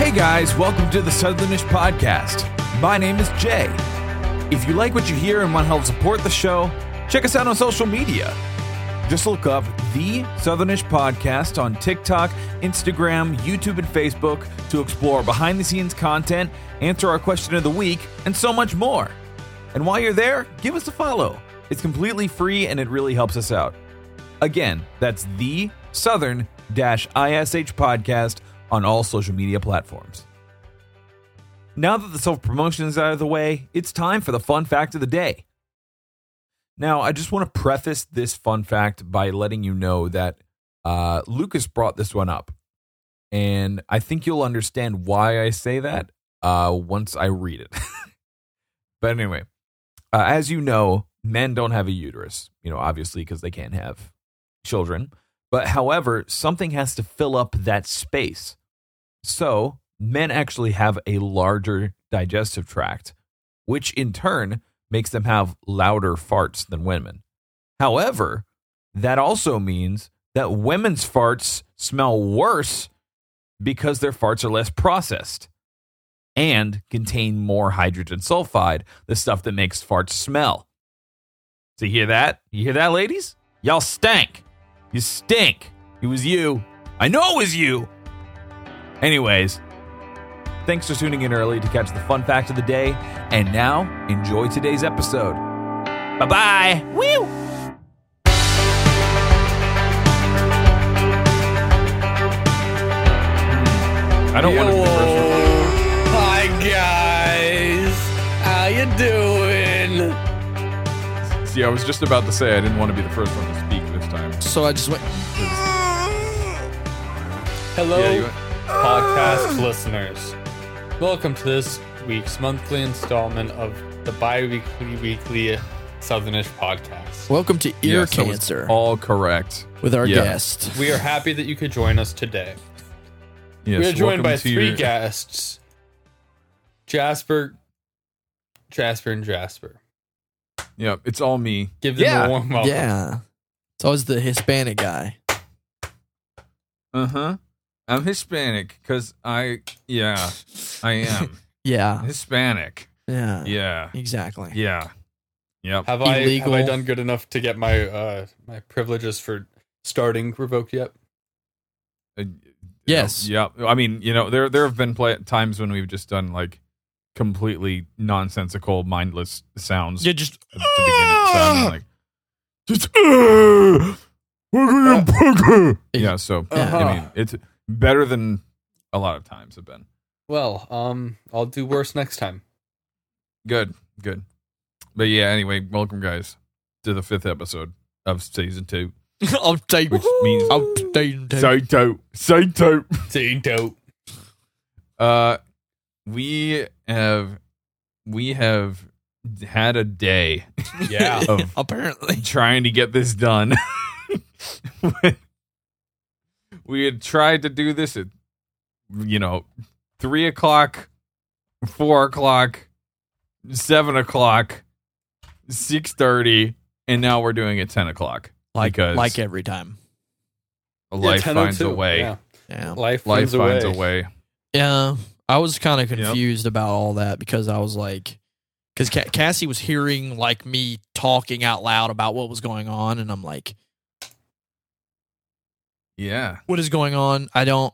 Hey guys, welcome to the Southernish Podcast. My name is Jay. If you like what you hear and want to help support the show, check us out on social media. Just look up The Southernish Podcast on TikTok, Instagram, YouTube, and Facebook to explore behind the scenes content, answer our question of the week, and so much more. And while you're there, give us a follow. It's completely free and it really helps us out. Again, that's The Southern Dash ISH Podcast on all social media platforms. Now that the self promotion is out of the way, it's time for the fun fact of the day. Now, I just want to preface this fun fact by letting you know that uh, Lucas brought this one up. And I think you'll understand why I say that uh, once I read it. but anyway, uh, as you know, men don't have a uterus, you know, obviously, because they can't have children. But however, something has to fill up that space. So men actually have a larger digestive tract, which in turn makes them have louder farts than women. However, that also means that women's farts smell worse because their farts are less processed and contain more hydrogen sulfide, the stuff that makes farts smell. So you hear that? You hear that, ladies? Y'all stank. You stink. It was you. I know it was you. Anyways, thanks for tuning in early to catch the fun fact of the day. And now, enjoy today's episode. Bye bye. Woo! I don't want to be the first one. Hi guys, how you doing? See, I was just about to say I didn't want to be the first one to speak this time. So I just went. Hello, Yeah, you- podcast listeners. Welcome to this week's monthly installment of the bi weekly, weekly Southernish podcast. welcome to Ear Yes, that was Cancer all correct. with our yeah. guest. We are happy that you could join us today. Yes, we are joined welcome by to three your- guests Jasper, Jasper, and Jasper. Yeah, it's all me. Give them Yeah. a warm welcome. Yeah, it's always the Hispanic guy. Uh huh. I'm Hispanic because I, yeah, I am Yeah, Hispanic. yeah, Yeah, exactly. yeah, yep. Have I, have Illegal. I done good enough to get my uh, my privileges for starting revoked yet? Uh, Yes. Yeah. I mean, you know, there there have been pla times when we've just done like completely nonsensical, mindless sounds You just Ah! at the beginning. So I'm like, Ah! just uh, we're gonna yeah. So Uh-huh. I mean, it's better than a lot of times have been. Well, um, I'll do worse next time. Good, good. But yeah, anyway, welcome guys to the fifth episode of season two, I'll take. which means I'll take. Saito, Saito. See, dope. Uh, we have we have had a day Yeah. of Apparently, trying to get this done. we had tried to do this at you know three o'clock, four o'clock, seven o'clock, six thirty, and now we're doing it ten o'clock. like Because- like every time. Life Yeah, finds a 10:02. way. Yeah. Yeah. oh Life, Life finds, finds a a way. way. Yeah, I was kind of Yep. confused about all that because I was like, because Ca- Cassie was hearing like me talking out loud about what was going on, and I'm like, Yeah. what is going on? I don't.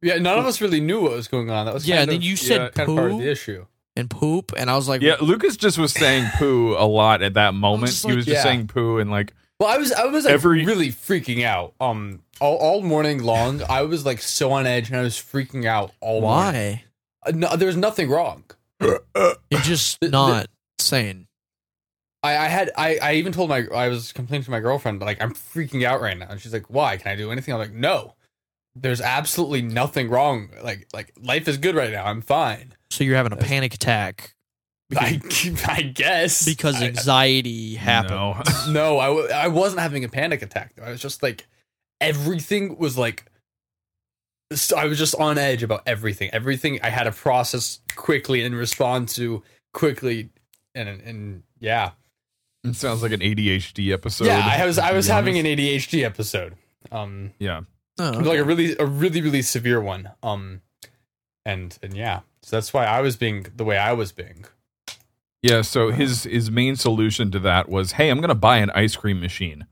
Yeah, none of us really knew what was going on. That was Yeah, Kind and then of, you said yeah, kind of part of poo. the issue. And poop, and I was like, Yeah, Lucas just was saying poo a lot at that moment. just he like, was just yeah. saying poo and like Well, I was I was like Every- really freaking out. Um, all, all morning long, I was like so on edge, and I was freaking out all morning. why? Uh, No, there was nothing wrong. You're just The- the- not saying. I, I had I, I even told my I was complaining to my girlfriend like I'm freaking out right now, and she's like, "Why? Can I do anything?" I'm like, "No, there's absolutely nothing wrong. Like like life is good right now. I'm fine. So you're having a panic attack I, I guess because I, anxiety happened. No. No, I, w- I wasn't having a panic attack. Though. I was just like, everything was like, s- I was just on edge about everything. Everything I had to process quickly and respond to quickly, and and yeah, It sounds like an ADHD episode. yeah. I was I to was be having an honest. ADHD episode, um, Yeah. Oh, like a really a really really severe one. Um, and and yeah, so that's why I was being the way I was being. Yeah, so his his main solution to that was, "Hey, I'm going to buy an ice cream machine."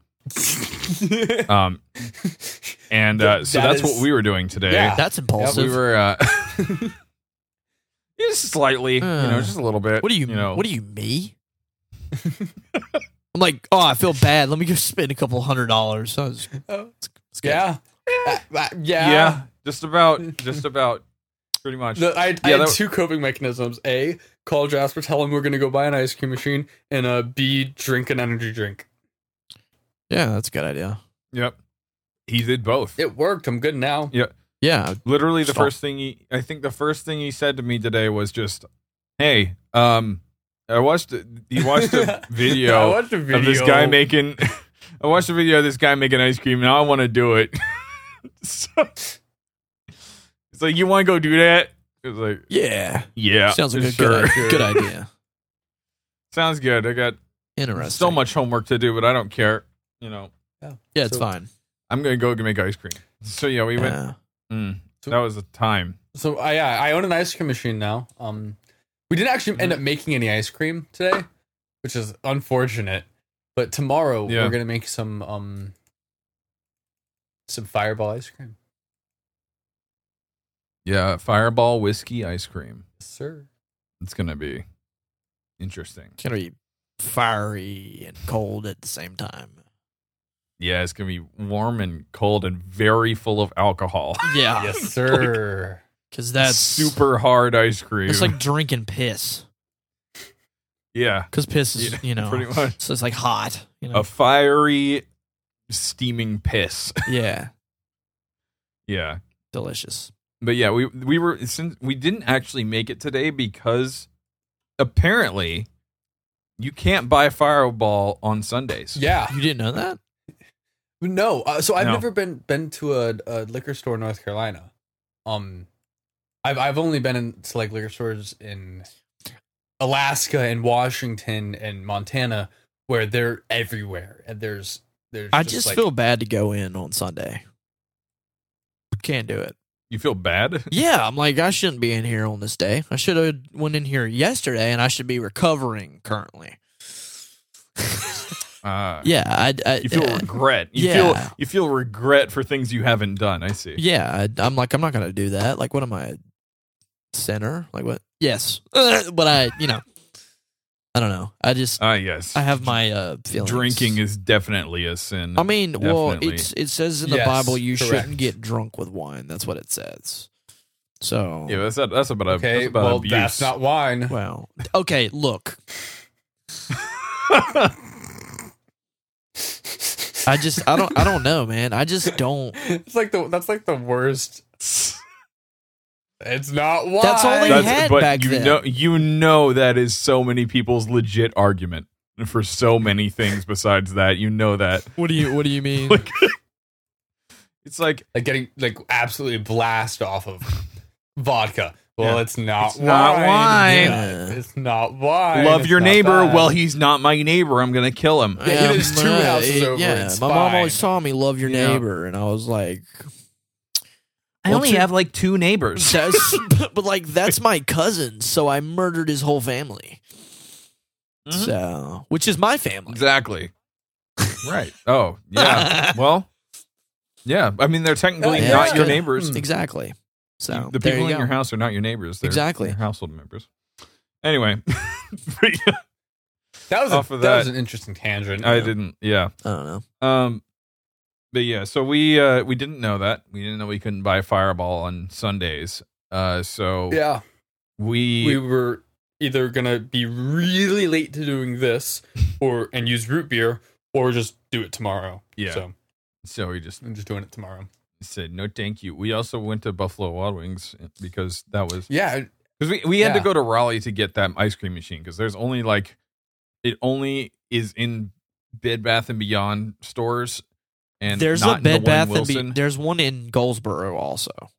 Um and uh, so That that's is- what we were doing today. Yeah. That's impulsive. We were uh just slightly, you know, just a little bit. Uh. what do you, you know? What do you me? I'm like, oh, I feel bad. Let me go spend a couple hundred dollars. So it's- it's- it's good. yeah. Uh, uh, yeah, yeah, just about just about pretty much. The- I, I Yeah, had that- two coping mechanisms: a, call Jasper, tell him we're gonna go buy an ice cream machine, and uh, b, drink an energy drink. yeah, that's a good idea. yep. He did both. It worked. I'm good now. Yeah, Literally the Stop. first thing he I think the first thing he said to me today was just, "Hey, um I watched he watched a I video watched a video of this guy making. I watched a video of this guy making ice cream. Now I want to do it. so, it's like you want to go do that. It was like yeah. yeah, Sounds like a sure. good, idea. good idea. Sounds good. I got Interesting. so much homework to do, but I don't care. You know, Yeah, it's So- fine. I'm gonna go make ice cream. So yeah, we went. Yeah. Mm, that was a time. So I yeah, I own an ice cream machine now. Um, we didn't actually end up making any ice cream today, which is unfortunate. But tomorrow Yeah. we're gonna make some um some fireball ice cream. Yeah, Fireball whiskey ice cream. Yes, sir. It's gonna be interesting. It's gonna be fiery and cold at the same time. Yeah, it's gonna be warm and cold and very full of alcohol. Yeah, Yes, sir. because that's super hard ice cream. It's like drinking piss yeah. because piss is Yeah, you know pretty much. so it's like hot. You know. a fiery steaming piss yeah, yeah delicious. but yeah we we were since we didn't actually make it today because apparently you can't buy fireball on sundays yeah. You didn't know that? No, uh, so I've No. never been been to a, a liquor store in North Carolina. Um, I've I've only been in to like liquor stores in Alaska and Washington and Montana, where they're everywhere and there's there's. I just like- feel bad to go in on Sunday. Can't do it. you feel bad Yeah, I'm like I shouldn't be in here on this day. I should have went in here yesterday, and I should be recovering currently. uh, Ah. yeah, I. I you feel uh, regret you yeah. feel you feel regret for things you haven't done i see yeah, I, I'm like I'm not gonna do that. Like, what am I, a sinner? Like what? Yes, but I, you know, I don't know. I just ah yes I have my uh feelings. drinking is definitely a sin I mean, well, Definitely. it's it says in the Yes, Bible you correct. shouldn't get drunk with wine. That's what it says. So yeah that's that's about a, okay. that's about well, abuse. that's not wine. Well, okay, look, I just I don't I don't know, man. I just don't. it's like the that's like the worst. It's not wine. That's all they That's- had but back you then. know, you know that is so many people's legit argument for so many things besides that. You know that What do you What do you mean? Like- it's like like getting like absolutely blast off of vodka. Well, Yeah. it's not It's not wine. wine. Yeah, It's not wine. love It's your not neighbor. that. Well, he's not my neighbor. I'm gonna kill him. Yeah, it is two houses over, Yeah, it's my mom fine. always saw me love your You know? neighbor, and I was like, I Well, only two- have, like two neighbors. that's, but like that's my cousin, so I murdered his whole family. Mm-hmm. Mhm. So, which is my family. Exactly. right. Oh yeah. well. Yeah. I mean, they're technically Yeah. not your Yeah. neighbors. Exactly. So the there people you in go. your house are not your neighbors. They're Exactly. your household members. Anyway, That was a, off of that, that. was an interesting tangent. I didn't. Yeah. I don't know. Um, but yeah, so we uh we didn't know that we didn't know we couldn't buy Fireball on Sundays. Uh, so Yeah, we, we were either gonna be really late to doing this, or and use root beer, or just do it tomorrow. Yeah. so so we just I'm just doing it tomorrow. said no, thank you. We also went to Buffalo Wild Wings eh, because that was Yeah, because we we had to Yeah. go to Raleigh to get that ice cream machine because there's only like it only is in Bed Bath and Beyond stores and There's not a in the one Bed in Bath and Be- Wilson. there's one in Goldsboro also.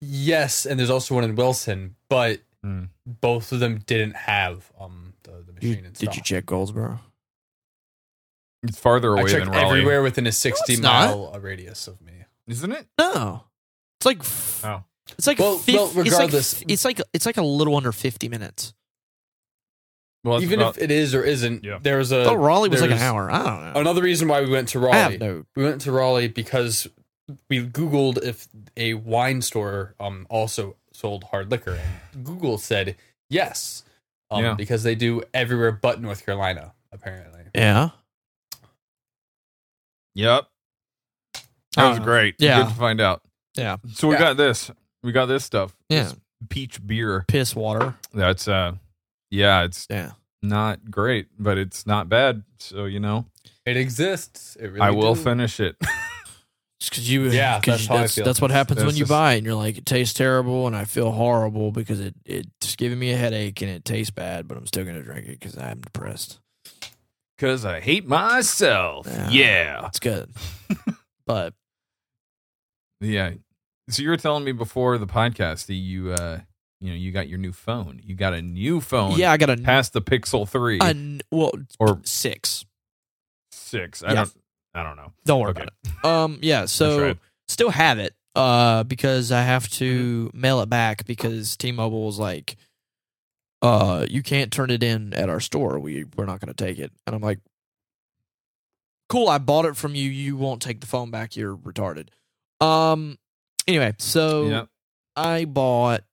yes, and there's also one in Wilson, but Mm. both of them didn't have um the, the machine. in did you stock. check Goldsboro? it's farther I away checked than Raleigh, everywhere within a 60 it's not. mile radius of me. isn't it? No, it's like f- Oh. It's like Well, fif- well, it's like- regardless. it's like it's like a little under fifty minutes. Well, that's Even about- if it is or isn't, Yeah. there was a Oh, Raleigh was like an there's- hour. I don't know. another reason why we went to I have Raleigh. no. We went to Raleigh because we Googled if a wine store um also sold hard liquor. And Google said yes, um, Yeah. because they do everywhere but North Carolina apparently. Yeah. yep, that was Uh, great. yeah. good to find out. Yeah. So we Yeah. got this. We got this stuff. Yeah. This peach beer. Piss water. That's uh, yeah, it's Yeah. not great, but it's not bad. So you know, It exists. It really I will do. finish it. It's cause you, Yeah, 'cause that's you- how I that's, feel. that's what happens That's when you just- buy it and you're like, it tastes terrible and I feel horrible because it, it's giving me a headache and it tastes bad, but I'm still going to drink it because I'm depressed. Cause I hate myself. Yeah. Yeah. That's good. but Yeah. So you were telling me before the podcast that you uh you know you got your new phone. You got a new phone. yeah, I got a, Past the Pixel three a n- well, or six. six. I Yeah. don't I don't know. Don't worry Okay. about it. Um, yeah. So right. still have it. Uh, because I have to Mm-hmm. mail it back because T-Mobile was like, uh, you can't turn it in at our store. We we're not going to take it. And I'm like, cool. I bought it from you. You won't take the phone back. You're retarded. Um. Anyway, so yeah. I bought.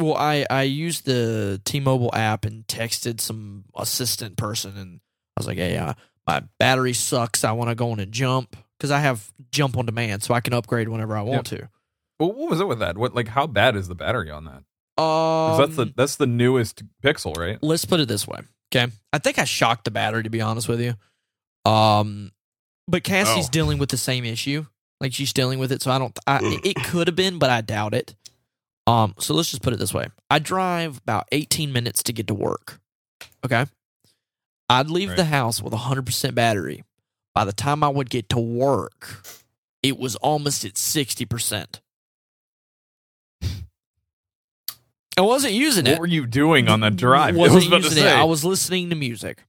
Well, I I used the T-Mobile app and texted some assistant person, and I was like, "Hey, uh, my battery sucks. I want to go on a jump because I have jump on demand, so I can upgrade whenever I want Well, what was it with that? What like how bad is the battery on that? to." 'Cause Um, that's the that's the newest Pixel, right? let's put it this way. Okay. I think I shocked the battery to be honest with you. Um but Cassie's Oh. dealing with the same issue. Like she's dealing with it, so I don't I it could have been, but I doubt it. Um so let's just put it this way. I drive about 18 minutes to get to work. Okay? I'd leave Right. the house with 100% battery. By the time I would get to work, it was almost at 60%. I wasn't using it Mm-hmm. What were you doing on that drive? wasn't I was about to using it. say. I was listening to music.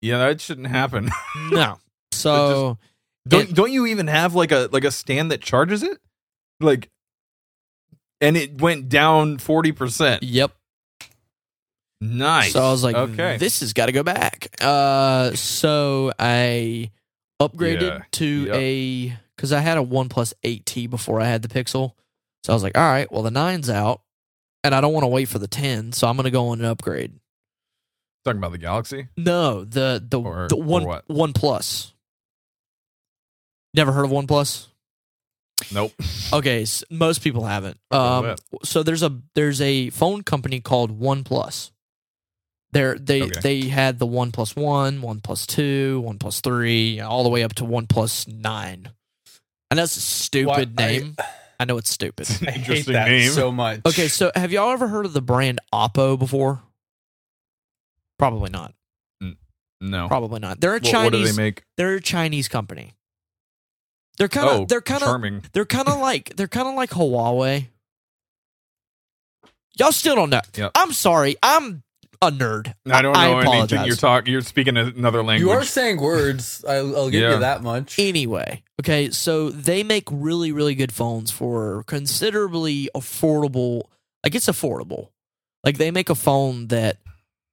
yeah, that shouldn't happen. No. So don't It- don't you even have like a like a stand that charges it? Like and it went down forty percent. yep. Nice. So I was like, okay. this has got to go back. Uh, so I upgraded Yeah. to Yep. a because I had a One 8T before I had the Pixel. So I was like, all right, well the nine's out, and I don't want to wait for the ten, so I'm gonna go on an upgrade. Talking about the Galaxy? No, the the, Or- the or one what? One Plus. Never heard of One Plus? Nope. Okay, s most people haven't. Heard of Um, so there's a there's a phone company called OnePlus. They're, they Okay. they had the One Plus One, One Plus Two, One Plus Three, all the way up to One Plus Nine. And that's a stupid Why- I- name. I, know it's stupid. It's an I hate interesting that name. so much. okay, so have y'all ever heard of the brand Oppo before? Probably not. no. Probably not. They're a What, Chinese. what do they make? They're a Chinese company. They're kind of oh, they're kind of charming. they're kind of like they're kind of like Huawei. Y'all still don't know. Yep. I'm sorry. I'm a nerd. I don't know anything apologize. you're talking. You're speaking another language. you are saying words. I, I'll give Yeah. you that much. Anyway, okay, so they make really really good phones for considerably affordable. Like it's affordable. Like they make a phone that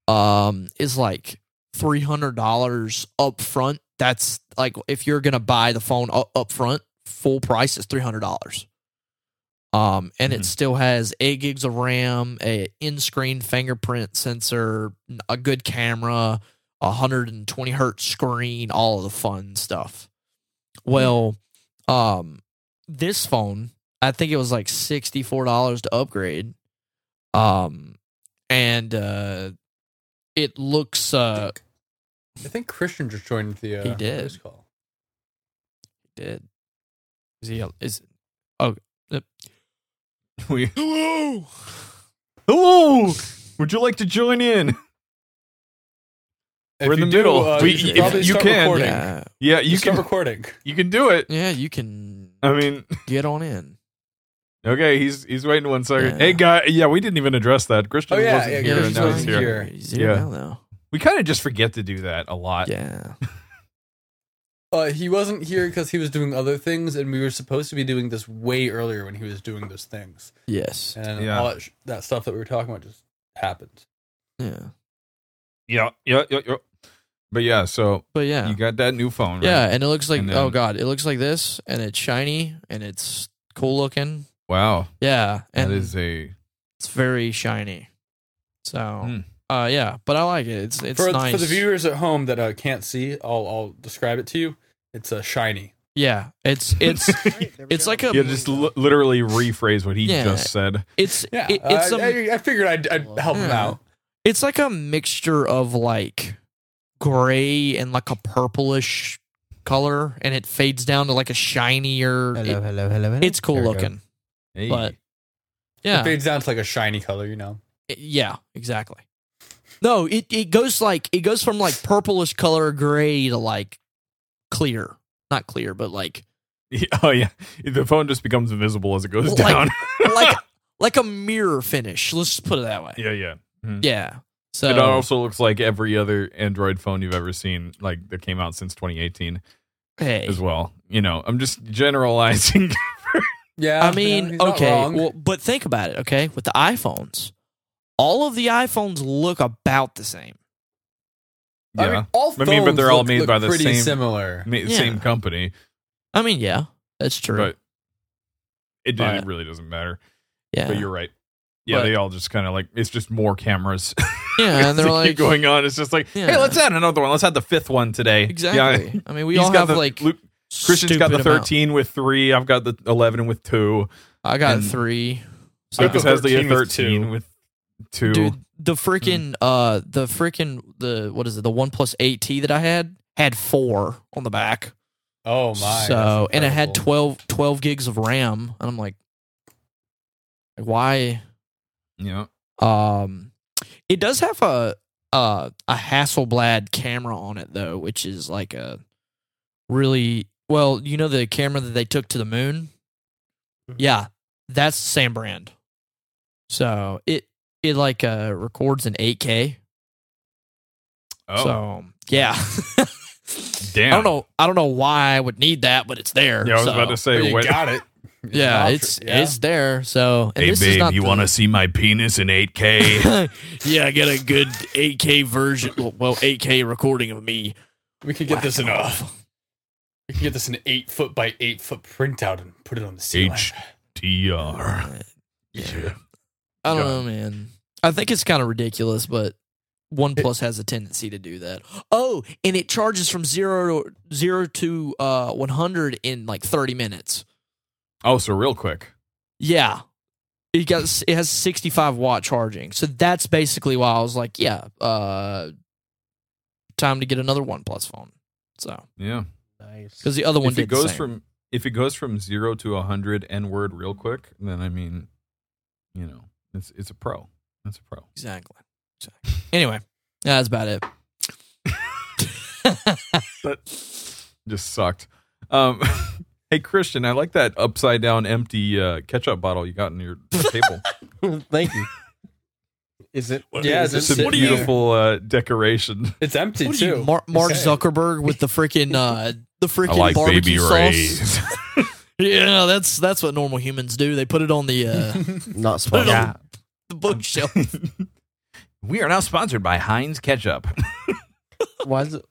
um is like three hundred dollars up front. That's like if you're gonna buy the phone u- up front, full price is three hundred dollars. Um, and Mhm. it still has eight gigs of RAM, a in-screen fingerprint sensor, n- a good camera, a hundred and twenty hertz screen, all of the fun stuff. Well, um, this phone, I think it was like sixty-four dollars to upgrade. Um, and uh, it looks uh, I think Christian just joined the. Uh, He did. voice Call. did. Is he? Is oh? We- Hello. Hello. Would you like to join in? We're in you the middle. uh, We- you, should if probably you start can, recording. Yeah, Yeah, you You start can. recording. You can do it. yeah. You can I mean, get on in. okay. He's he's waiting one second. Yeah. Hey, guy. Yeah, we didn't even address that. Christian Oh, yeah, wasn't yeah, here, and Christian now he's wasn't here. here. He's here Yeah. now, though. We kind of just forget to do that a lot. Yeah. Uh, he wasn't here because he was doing other things, and we were supposed to be doing this way earlier when he was doing those things, Yes. and Yeah. all that, sh- that stuff that we were talking about just happened. Yeah. Yeah, yeah, yeah, yeah. But yeah, so But yeah. you got that new phone, right? Yeah, and it looks like And oh then- god, it looks like this, and it's shiny and it's cool looking. Wow, Yeah, and that is a it's very shiny. So, Hmm. uh, yeah, but I like it. It's it's for, nice. for the viewers at home that uh, can't see, I'll I'll describe it to you. It's a shiny. Yeah, it's it's it's like a yeah. Just li- literally rephrase what he Yeah. just said. it's uh, Yeah, it- it's I, a I- I figured I'd, I'd help him Yeah. out. it's like a mixture of like gray and like a purplish color, and it fades down to like a shinier. it- hello, hello, hello. it's cool There we go. looking. Hey. But- It Yeah, fades down to like a shiny color, you know. I- Yeah, exactly. No, it, it goes like it goes from like purplish color gray to like clear. Not clear, but like oh yeah, the phone just becomes visible as it goes Like- down. like like a mirror finish. Let's just put it that way. Yeah. yeah, yeah. So it also looks like every other Android phone you've ever seen, like that came out since 2018 hey. as well. You know, I'm just generalizing. Yeah, I you know, mean, he's not okay, wrong. well, but think about it, okay? With the iPhones, all of the iPhones look about the same. yeah, I mean, all I phones mean, but they're all look- made look by the pretty same- similar. Ma- Yeah. same company, I mean, yeah, that's true. but it, did- But- it really doesn't matter. yeah. But you're right. Yeah, But- they all just kind of like it's just more cameras. yeah, and they're Keep like going on. It's just like, Yeah. hey, let's add another one. Let's add the fifth one today. Exactly. I mean, we He's all got have the- like Luke, Christian's got the stupid amount. 13 with three. I've got the 11 with two. I got and- 3. So- Lucas has the 13 with 13 with two. Hmm. dude the freaking uh the freaking the what is it the one plus 8t that i had had four on the back Oh my! so that's and it had incredible. 12 12 gigs of ram and i'm like like, why Yeah. um it does have a uh a hasselblad camera on it though which is like a really well you know the camera that they took to the moon Mm-hmm. yeah that's the same brand so it it like uh records in 8k Oh, So um, yeah. damn. I don't know. I don't know why I would need that, but it's there. Yeah, I was so- about to But say, you what, got it. Yeah, an it's option, yeah. it's there. So and hey, this is babe, not you the- want to see my penis in 8K? yeah, I got a good 8K version. Well, 8K recording of me. We could get this in a. off. We could get this in an eight foot by eight foot printout and put it on the ceiling. HDR. Yeah. I don't God. know, man. I think it's kind of ridiculous, but OnePlus has a tendency to do that. Oh, and it charges from zero to zero to uh 100 in like 30 minutes. Oh, so real quick. Yeah. It got it has 65 watt charging. So that's basically why I was like, yeah, uh time to get another OnePlus phone. So, Yeah. Nice. cuz the other one if it did the goes same. from if it goes from zero to a hundred N word real quick, then I mean, you know, it's it's a pro. That's a pro. exactly. exactly. Anyway, that's about it. Just sucked. Um, hey Christian, I like that upside down empty uh, ketchup bottle you got in your table. Thank you. Is it? Yeah, is it- It's just a sitting there. beautiful uh, decoration. It's empty What are too. you, Mar- Mark Okay. Zuckerberg with the freaking uh the freaking barbecue sauce. Yeah, that's that's what normal humans do. They put it on the uh not put it sponsored. on the bookshelf. we are now sponsored by Heinz ketchup. Why is it?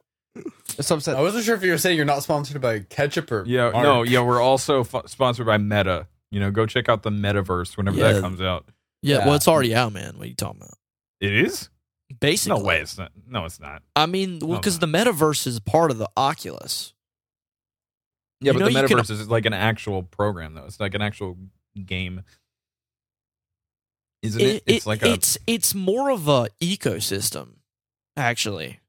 It's upset. I wasn't sure if you were saying you're not sponsored by ketchup or yeah, Mark. no, yeah, we're also f- sponsored by Meta. You know, go check out the metaverse whenever Yeah. that comes out. Yeah, well Yeah. it's already out, man. What are you talking about? It is? Basically. No way, it's not. No, it's not. I mean, well, Oh, because the metaverse is part of the Oculus. Yeah, You but know the you can- metaverse is like an actual program, though. It's like an actual game, isn't it? It- it's it- like a it's it's more of a ecosystem, actually.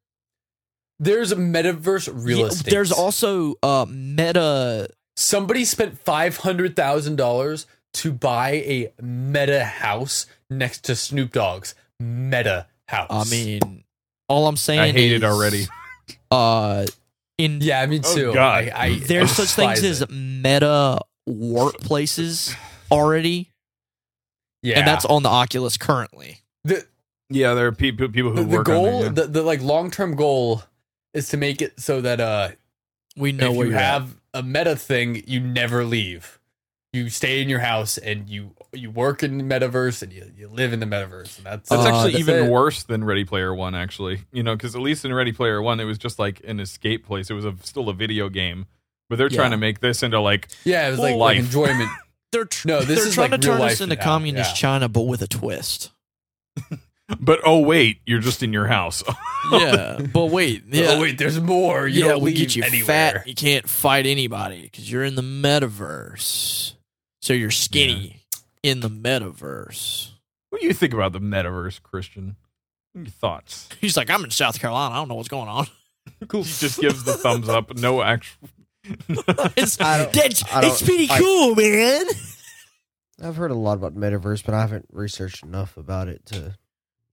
There's a metaverse real Yeah, estate. There's also uh, meta. somebody spent five hundred thousand dollars to buy a meta house next to Snoop Dogg's meta house. I mean, all I'm saying. I hate it is, already. Uh, in yeah, me Oh, too. God. I, I there's such things despise as it. meta workplaces already, yeah, and that's on the Oculus currently. the, Yeah, there are people people who the, the work on goal there, yeah. the, the like long term goal is to make it so that uh We know if where you you're at. have a meta thing, you never leave. You stay in your house and you you work in the metaverse and you, you live in the metaverse. And that's That's Uh, actually that's even it. worse than Ready Player One, actually. You know, because at least in Ready Player One, it was just like an escape place. It was a, still a video game, but they're trying Yeah. to make this into like yeah, it was like, Full like life. enjoyment. They're tr- No, this they're is trying like to real turn us life into now, communist yeah. China, but with a twist. But oh wait, you're just in your house. Yeah, but wait, yeah, Oh wait, there's more. You yeah, don't we leave get you anywhere. fat. You can't fight anybody because you're in the metaverse, so you're skinny in the metaverse. what do you think about the metaverse, Christian? What are Your thoughts? He's like, I'm in South Carolina. I don't know what's going on. Cool. He just gives the thumbs up. No actual. It's, I don't- that's- I don't- it's pretty I- cool, man. I've heard a lot about metaverse, but I haven't researched enough about it to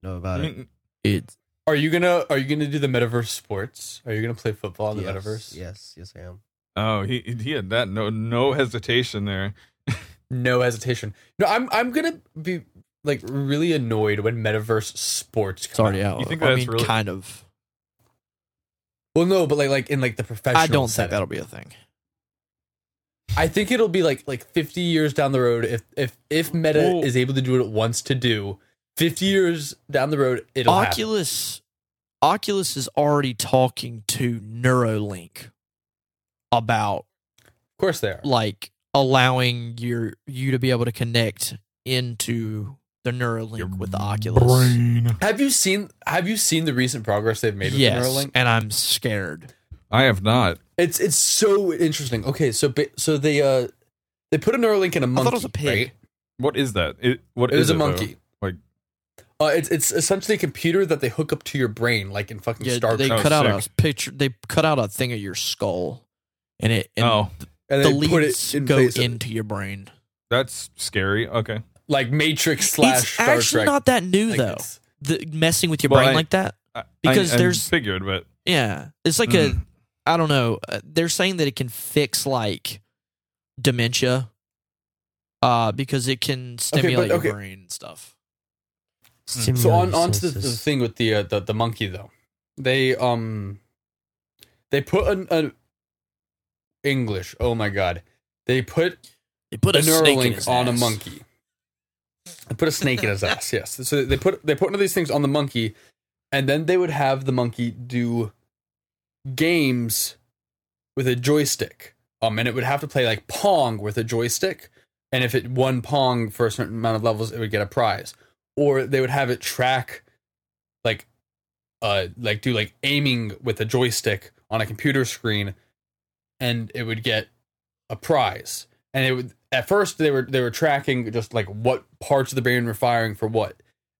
know I about it. mean, It's Are you gonna Are you gonna do the metaverse sports? Are you gonna play football in the yes, metaverse? Yes, yes, I am. oh, he he had that. No no hesitation there. No hesitation. No, I'm I'm gonna be like really annoyed when metaverse sports. Come already out. out. You think I that's mean, really- kind of. Well, no, but like like in like the professional. I don't think setting. that'll be a thing. I think it'll be like like 50 years down the road if if if Meta Well- is able to do what it wants to do. 50 years down the road, it'll happen. Oculus Oculus is already talking to Neuralink about Of course, they are. like allowing your you to be able to connect into the Neuralink with the Oculus. Have you seen Have you seen the recent progress they've made with yes, Neuralink? and I'm scared. I have not. It's it's so interesting. Okay, so ba- so they uh they put a Neuralink in a monkey. thought it was a pig. right? What is that? It what It was is a though? monkey. Like- uh, it's it's essentially a computer that they hook up to your brain, like in fucking Yeah, Star they Trek, Oh, cut out a sick. picture. They cut out a thing of your skull, and it and oh, and the they put leads it in go place of- into your brain. that's scary. Okay. like Matrix slash it's Star actually Trek. not that new Like, though. it's- The, messing with your Well, brain I- like that. I- Because I- I there's- figured, but hmm. Yeah, it's like Hmm. a I don't know. uh, They're saying that it can fix like dementia, uh, because it can stimulate but- okay. your brain and stuff. Hmm. So on onto the, the thing with the, uh, the the monkey though, they um they put an, an English. Oh my god, they put They put a a snake in Neuralink his on a ass. monkey. They put a snake in his ass. Yes. So they put they put one of these things on the monkey, and then they would have the monkey do games with a joystick. Um, and it would have to play like Pong with a joystick. And if it won Pong for a certain amount of levels, it would get a prize. Or they would have it track, like, uh, like do like aiming with a joystick on a computer screen, and it would get a prize and it would at first they were they were tracking just like what parts of the brain were firing for what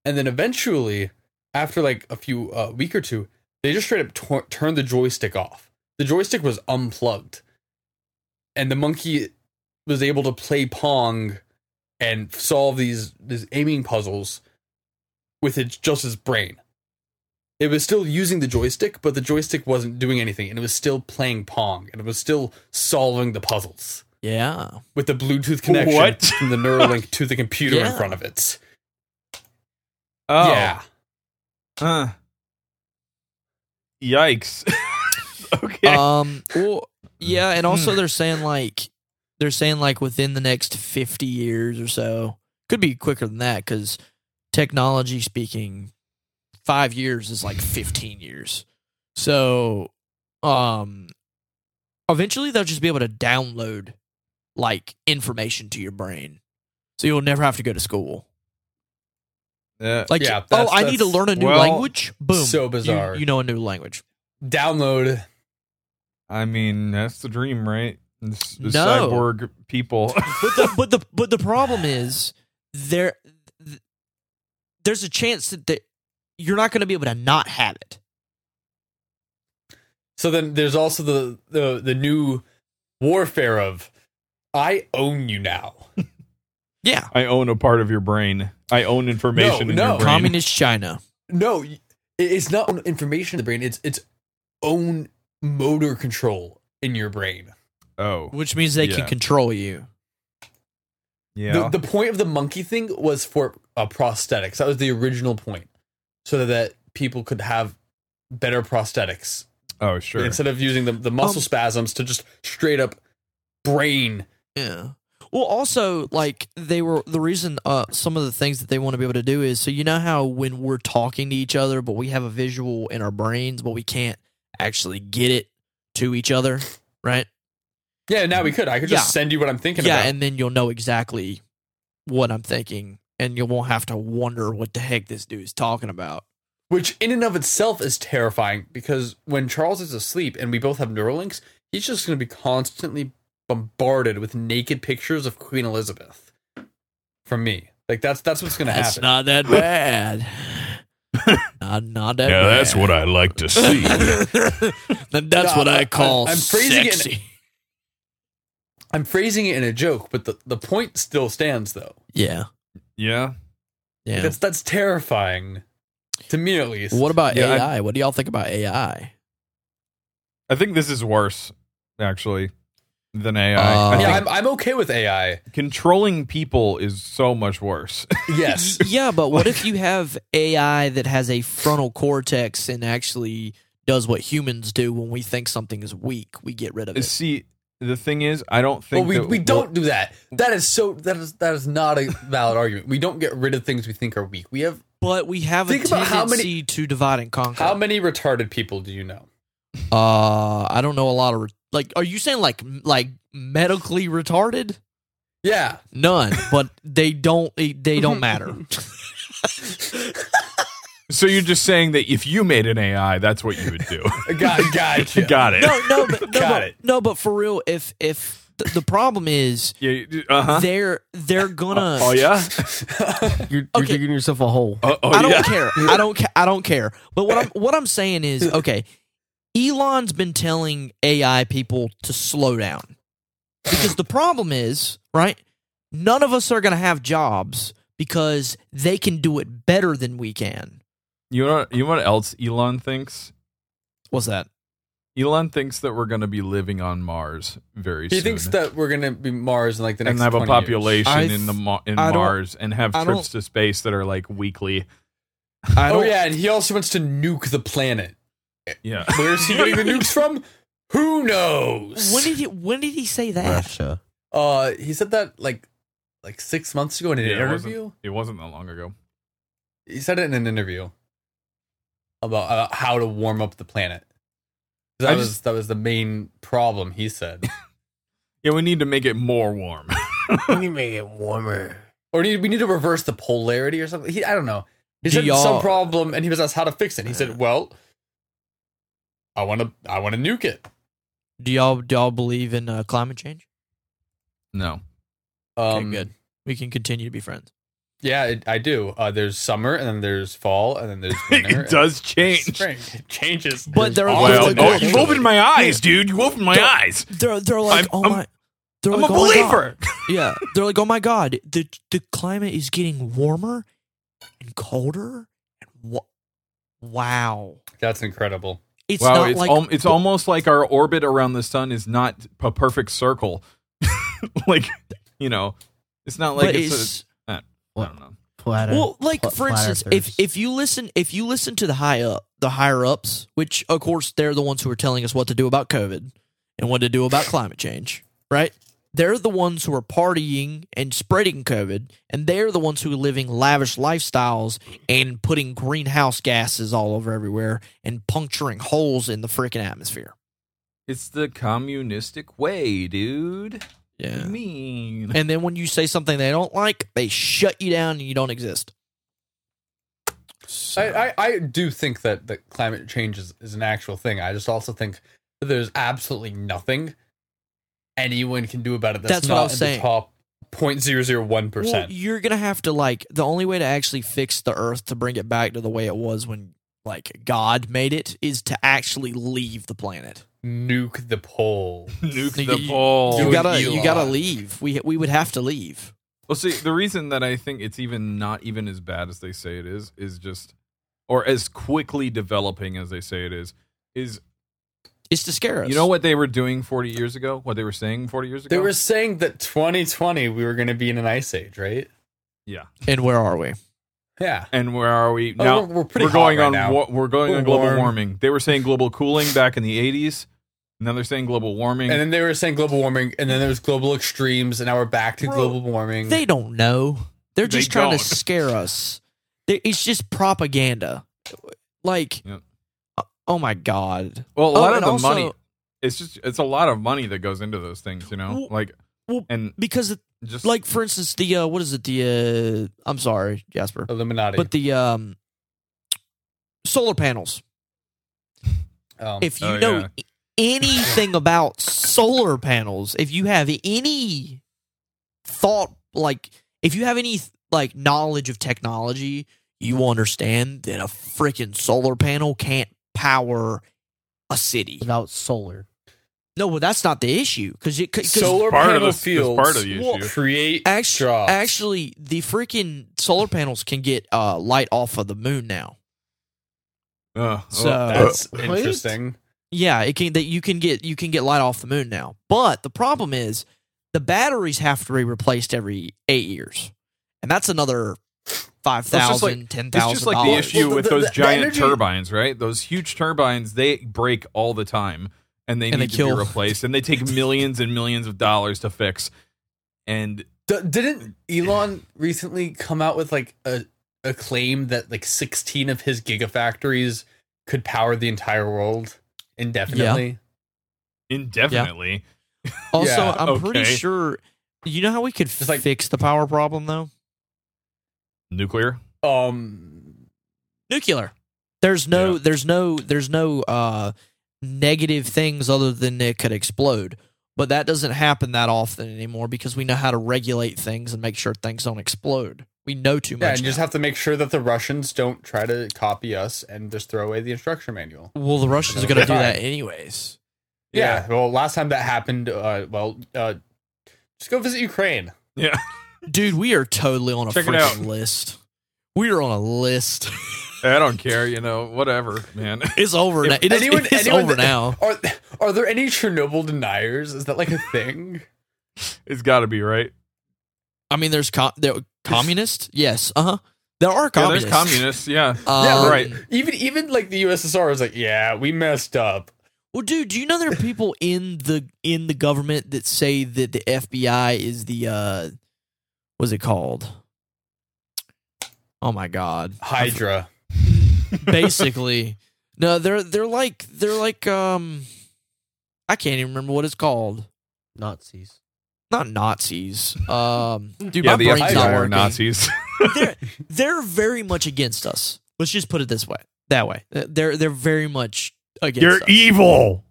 and then eventually after like a few uh, week or two they just straight up tor- turned the joystick off the joystick was unplugged and the monkey was able to play pong and solve these these aiming puzzles with it, just his brain it was still using the joystick but the joystick wasn't doing anything and it was still playing pong and it was still solving the puzzles Yeah, with the Bluetooth connection What? from the Neuralink to the computer in Yeah. front of it. oh Yeah. Uh. Yikes. okay. um, well, yeah, and also Hmm. they're saying like they're saying like within the next fifty years or so, could be quicker than that because technology speaking, five years is like fifteen years. So, um, eventually they'll just be able to download like information to your brain, so you'll never have to go to school. Yeah. Like, Yeah, oh, that's- I need to that's- learn a new well, language. Boom, so You- bizarre. you know a new language. Download. I mean, that's the dream, right? It's the No. cyborg people. but the but the but the problem is there th- there's a chance that the, you're not going to be able to not have it. So then there's also the the, the new warfare of I own you now. Yeah, I own a part of your brain. I own information No, in no. your brain. communist China. No, y- it- it's not own information in the brain. It's its own motor control in your brain. oh. Which means they Yeah. can control you. Yeah. The, the point of the monkey thing was for uh, prosthetics. That was the original point, so that people could have better prosthetics Oh, sure. instead of using the, the muscle Um, spasms to just straight up brain. Yeah. Well, also, like they were the reason. Uh, some of the things that they want to be able to do is so you know how when we're talking to each other, but we have a visual in our brains, but we can't actually get it to each other, right? Yeah, now we could. I could just Yeah. send you what I'm thinking yeah, about. and then you'll know exactly what I'm thinking, and you won't have to wonder what the heck this dude's talking about. which in and of itself is terrifying because when Charles is asleep and we both have Neuralinks, he's just going to be constantly bombarded with naked pictures of Queen Elizabeth from me. Like that's that's what's going to That's happen. not that bad. not, not that. bad. I like to then that's No, what I I'm- call I'm phrasing it in- sexy. I'm phrasing it in a joke, but the, the point still stands though. Yeah. yeah. Yeah. That's that's terrifying to me at least. What about Yeah, I- AI? what do y'all think about AI? I think this is worse, actually, than AI. Uh, I yeah, think I'm, I'm okay with AI. controlling people is so much worse. Yes. yeah, but what if you have AI that has a frontal cortex and actually does what humans do when we think something is weak? We get rid of it. See, the thing is, I don't But think we, that- we don't do that. That is so that is that is not a valid argument. We don't get rid of things we think are weak. We have But we have Think a about how tendency many- to divide and conquer. how many retarded people do you know? uh, I don't know a lot of re- like. Are you saying like like medically retarded? Yeah. None, but they don't they, they don't matter. So you're just saying that if you made an AI, that's what you would do. Got gotcha. Got it. no, no, but, no, Got but, it. no, but for real, if if th- the problem is Yeah, uh-huh. they're they're gonna oh yeah. You're, Okay. you're digging yourself a hole. Oh, oh, I don't yeah. care. I don't. Ca- I don't care. But what I'm what I'm saying is, okay, Elon's been telling AI people to slow down because the problem is, right? None of us are going to have jobs because they can do it better than we can. You know, what- you know what else Elon thinks? What's that? Elon thinks that we're going to be living on Mars very He soon. thinks that we're gonna be Mars in like the and next have a 20 years. population I in the Mar- in I don't- Mars and have I trips to space that are like weekly. I Oh yeah, and he also wants to nuke the planet. Yeah. Where's he getting the nukes from? Who knows? When did he When did he say that? Russia. uh he said that like like six months ago in an Yeah, it wasn't- interview. It wasn't that long ago. He said it in an interview about, about how to warm up the planet. That I was just- that was the main problem. He said, Yeah, we need to make it more warm. Let me make it warmer. or need, we need to reverse the polarity or something. He, I don't know. He Do said y'all- some problem, and he was asked how to fix it. He said, "Well, I want to I want to nuke it." Do y'all do y'all believe in uh, climate change? no. Okay, Um, good. We can continue to be friends. Yeah, it, I do. Uh, there's summer, and then there's fall, and then there's winter. it does and change. Spring. It changes. But there are Well, Like, oh, actually- you've opened my eyes, dude. You opened my Don't- eyes. They're they're like I'm- oh I'm- my. They're I'm like, a "Oh my God." believer. Yeah, they're like, oh my god, the the climate is getting warmer and colder, and wa- wow, That's incredible. it's wow, not it's, like al- it's almost like our orbit around the sun is not a perfect circle. like, you know, it's not like but it's, it's- a, I don't know. Flat Earth. well, like Flat- for flat instance, earthers. if if you listen, if you listen to the high up, the higher ups, which of course they're the ones who are telling us what to do about COVID and what to do about climate change, right? They're the ones who are partying and spreading COVID, and they're the ones who are living lavish lifestyles and putting greenhouse gases all over everywhere and puncturing holes in the freaking atmosphere. It's the communistic way, dude. What do you mean? And then when you say something they don't like, they shut you down and you don't exist. So- I, I, I do think that, that climate change is, is an actual thing. I just also think that there's absolutely nothing anyone can do about it. That's, That's not what I was in saying. the top 0.001 Well, percent. you're gonna have to like the only way to actually fix the Earth to bring it back to the way it was when like God made it is to actually leave the planet. Nuke the pole. Nuke You- the you- ball. You Dude, gotta you you gotta are. leave. We we would have to leave. Well, see, the reason that I think it's even not even as bad as they say it is is just, or as quickly developing as they say it is, is It's to scare us. you know what they were doing 40 years ago? What they were saying 40 years ago? They were saying that 2020 we were going to be in an ice age, right? yeah. And where are we? Yeah. And where are we Oh, now? we're, we're pretty we're going hot right on now. wa- we're going We're on global warm. warming. They were saying global cooling back in the 80s. Now they're saying global warming. and then they were saying global warming, and then there was global extremes, and now we're back to Bro, global warming. They don't know. They're They just trying don't. to scare us. They- It's just propaganda. Like, Yep. uh, oh my god. well, a Oh, lot of and the also- money it's just it's a lot of money that goes into those things, you know? Well- like well, and Because, it- just like, for instance, the uh, what is it? The uh, I'm sorry, Jasper, Illuminati. but the um, solar panels. um, If you Oh, know yeah. i- anything about solar panels, if you have any thought, like, if you have any like knowledge of technology, you will understand that a freaking solar panel can't power a city. without solar. No, well, that's not the issue because it because solar part of panel this- this fields part of the will issue. create actually, jobs. actually the freaking solar panels can get uh, light off of the moon now. Ugh. So that's What? interesting. yeah, it can that you can get you can get light off the moon now. But the problem is the batteries have to be replaced every eight years, and that's another five thousand, ten It's just thousand like the dollars. issue Well, the- with the- those the giant energy- turbines, right? Those huge turbines, they break all the time and they And they need to kill. be replaced and they take millions and millions of dollars to fix. And D- didn't Elon recently come out with like a, a claim that like 16 of his gigafactories could power the entire world indefinitely? indefinitely, Also, Yeah, I'm pretty okay. sure you know how we could Just like- fix the power problem though. nuclear. Um, nuclear. There's no Yeah. there's no there's no uh negative things other than it could explode. But that doesn't happen that often anymore because we know how to regulate things and make sure things don't explode. We know too yeah, much. and you just now. have to make sure that the Russians don't try to copy us and just throw away the instruction manual. well, the Russians are going to do Yeah. that anyways. Yeah. Well, last time that happened, uh, well, uh, just go visit Ukraine. Yeah. Dude, we are totally on a Check it out. freaking list. We are on a list. I don't care, you know, whatever, man. it's over If now. It is, anyone- it's anyone over that- now. Are are there any Chernobyl deniers? Is that like a thing? It's got to be, right? I mean, there's com- there, communist. Yes. Uh huh. There are Yeah, there's communists. communists, yeah. Yeah, Um, right. Even even like the USSR is like, yeah, we messed up. Well, dude, do you know there are people in the in the government that say that the FBI is the uh what's it called? Oh my god. Hydra. Basically. no, they're they're like they're like um I can't even remember what it's called. Nazis. Not Nazis. Um dude, yeah, my the brain's FBI not are working. Nazis. They're very much against us. Let's just put it this way. That way. They're they're very much against us. evil.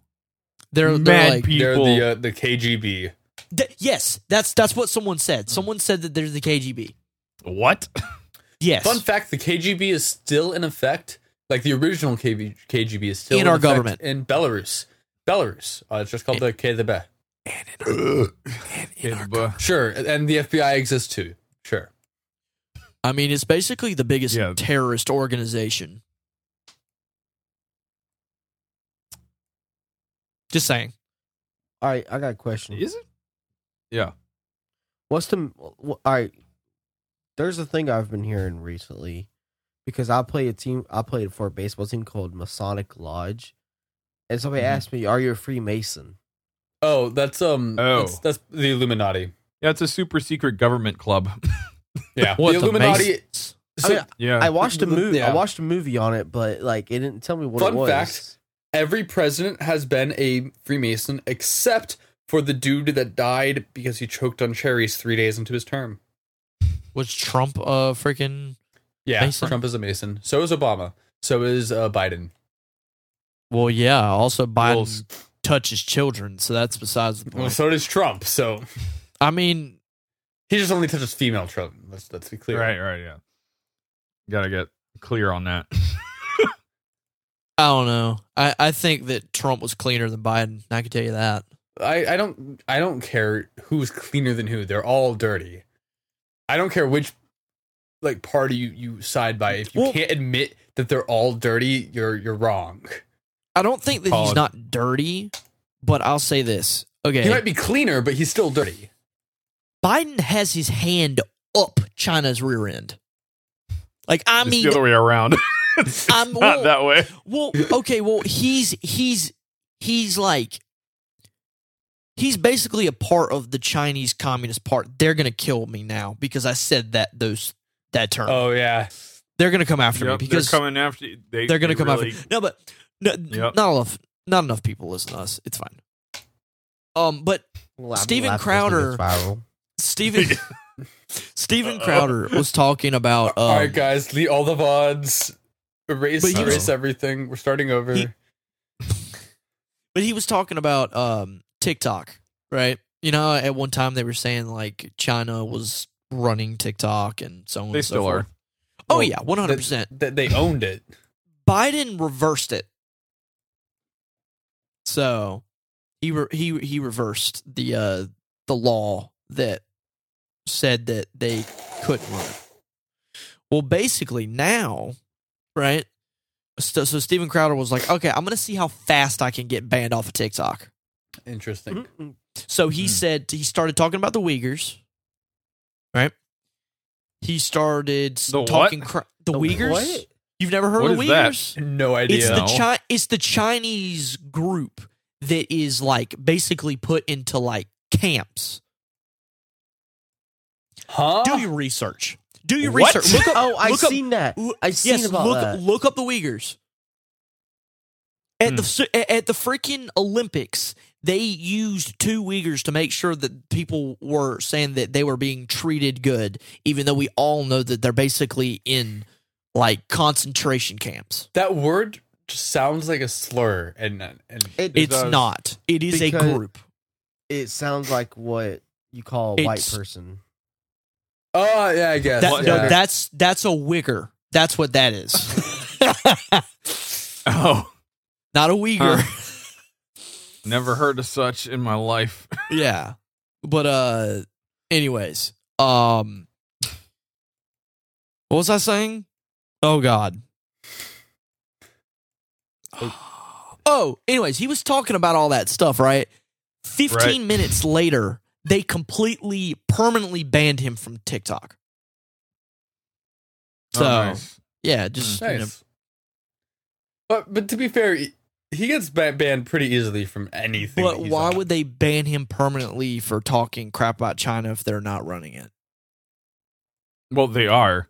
they're they're e- mad like people. They're the uh, the KGB. Th- yes, that's that's what someone said. Someone said that there's the KGB. what? Yes, Fun fact: the KGB is still in effect. Like the original KB, KGB is still In our effect government. in Belarus. Belarus. Uh, it's just called the KGB. Sure, and the FBI exists too. Sure. I mean it's basically the biggest Yeah. terrorist organization. Just saying. All right, I got a question. Is it? Yeah. What's the wh- all right? There's a thing I've been hearing recently because I play a team. I played for a baseball team called Masonic Lodge, and somebody Mm-hmm. Mhm. asked me, "Are you a Freemason?" Oh, that's um. Oh. That's, that's the Illuminati. Yeah, it's a super secret government club. Yeah. the What's Illuminati. amazing- I so mean, yeah. uh, I watched a the- movie. yeah. I watched a movie on it, but like it didn't tell me what Fun it was. fact. every president has been a Freemason except for the dude that died because he choked on cherries three days into his term. was Trump a freaking Yeah, Mason. Trump is a Mason. So is Obama. So is uh, Biden. well? Yeah. Also, Biden Well, s- touches children, so that's besides the Well, point. so does Trump. So I mean, he just only touches female Trump. Let's let's be clear. Right, right, yeah. Gotta get clear on that. I don't know. I I think that Trump was cleaner than Biden. I can tell you that. I, I don't I don't care who's cleaner than who. They're all dirty. I don't care which like party you, you side by. If you Well- can't admit that they're all dirty, you're you're wrong. I don't think that Apology. he's not dirty, but I'll say this. Okay. He might be cleaner, but he's still dirty. Biden has his hand up China's rear end. Like I It's mean, the other way around. it's I'm- not well- that way. Well, okay, well, he's he's he's like he's basically a part of the Chinese Communist Party. They're gonna kill me now because I said that those that term. Oh yeah, they're gonna come after Yep, me because they're coming after you. They, they're gonna they come really, after no, but no, Yep. not enough not enough people listen to us. It's fine. Um, but Laugh- Steven laugh goes Crowder- viral. Stephen Stephen Crowder was talking about. Um, all right, guys, delete all the vods, erase, But he was- erase everything. We're starting over. He- But he was talking about um, TikTok, right? You know, at one time they were saying like China was running TikTok and so on. They and so still are. forth. Oh Well, yeah, one hundred percent. That they owned it. Biden reversed it, so he re- he he reversed the uh, the law that said that they couldn't run it. Well, basically now, right? So, so Steven Crowder was like, "Okay, I'm gonna see how fast I can get banned off of TikTok." Interesting. So he Hmm. said he started talking about the Uyghurs, right? He started s- The what? talking cr- the, The Uyghurs. what? You've never heard What of is that? Uyghurs? No idea. Mm-hmm. It's the No. Chi- it's the Chinese group that is like basically put into like camps. huh? Do your research. Do your What? research. Look up, Oh, I look up- seen that. L- I seen about look, that. Look up the Uyghurs. At the Hmm. su- a- at the freaking Olympics, they used two Uyghurs to make sure that people were saying that they were being treated good, even though we all know that they're basically in like concentration camps. that word just sounds like a slur, and and It, It's does. not. It is a Because- group. it sounds like what you call a white It's- person. oh yeah, I guess. That- yeah. no, that's that's a wicker. That's what that is. Oh, not a Uyghur. never heard of such in my life. Oh, yeah but uh anyways um what was i saying oh god oh anyways he was talking about all that stuff right 15 Right. minutes later they completely permanently banned him from tiktok Oh, so nice. yeah just you know, Nice. But but to be fair, he he gets ba- banned pretty easily from anything. but that he's why on. would they ban him permanently for talking crap about china if they're not running it well, they are.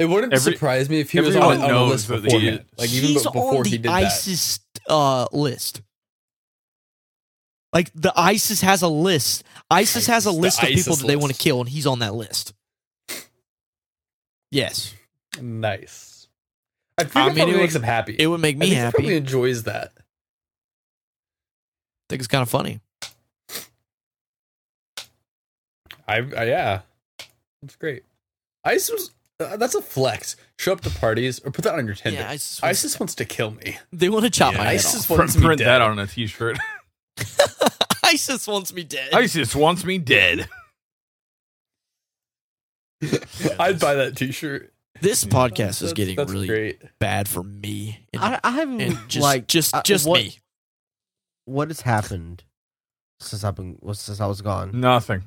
it wouldn't every- surprise me if he was on, everyone on the knows list that he beforehand. is- Like even he's be- before on the he did ISIS uh, list. Like the ISIS has a list. ISIS, has a ISIS, the list of people ISIS that they want to list. kill, and he's on that list. Yes, that. Nice. I think I it mean, probably it makes would- him happy. it would make I me think He happy. probably I enjoys that. think it's kind of funny. I, I yeah, it's great. ISIS was uh, that's a flex. Show up to parties or put that on your Tinder. Yeah, ISIS. wants- ISIS wants to kill me. they want to chop Yeah, my head ISIS off. wants Print, print me that dead. on a t-shirt. ISIS wants me dead. ISIS wants me dead. I'd buy that T-shirt. this podcast is That's- getting that's really great. bad for me. And, I, I haven't and just, like just, I- just what, me. What has happened since I've been well, since I was gone? Nothing.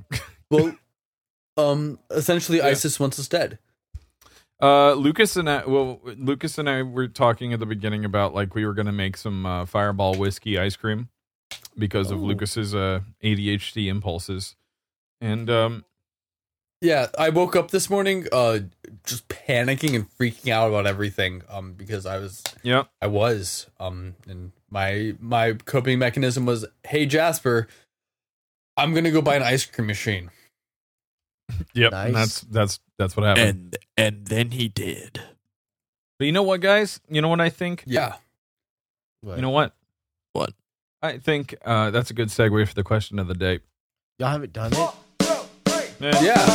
Well, um, essentially, Yeah. ISIS wants us dead. Uh, Lucas and I, well, Lucas and I were talking at the beginning about like we were gonna make some uh, Fireball whiskey ice cream because of Ooh. Lucas's uh, ADHD impulses, and um, Yeah, I woke up this morning, uh, just panicking and freaking out about everything. Um, because I was, yeah, I was, um, and my my coping mechanism was, hey Jasper, I'm gonna go buy an ice cream machine. yep, Nice. and that's that's that's what happened. And and then he did. but you know what, guys? You know what I think? Yeah, You know what? What? I think uh, that's a good segue for the question of the day. all haven't done it. Yeah. yeah.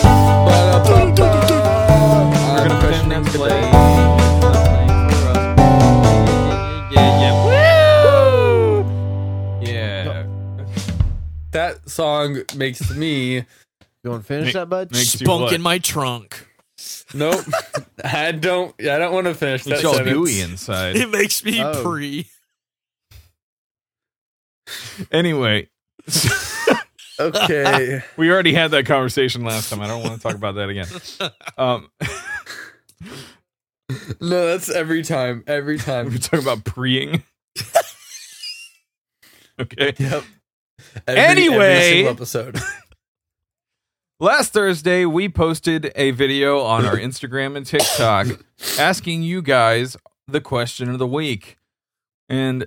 Ba-da-ba-ba. We're gonna pretend that's Questioning playing. today. Yeah, yeah, yeah. Yeah. That song makes me You want to finish Make- that, bud? make- Makes you Spunk what? in my trunk. nope. I don't. I don't want to finish. That It's all sentence. gooey inside. It makes me Oh. pre. anyway, Okay. we already had that conversation last time. I don't want to talk about that again. Um, No, that's every time. Every time. We're talking about preeing. okay. Yep. Anyway. every single episode. Last Thursday, we posted a video on our Instagram and TikTok asking you guys the question of the week. And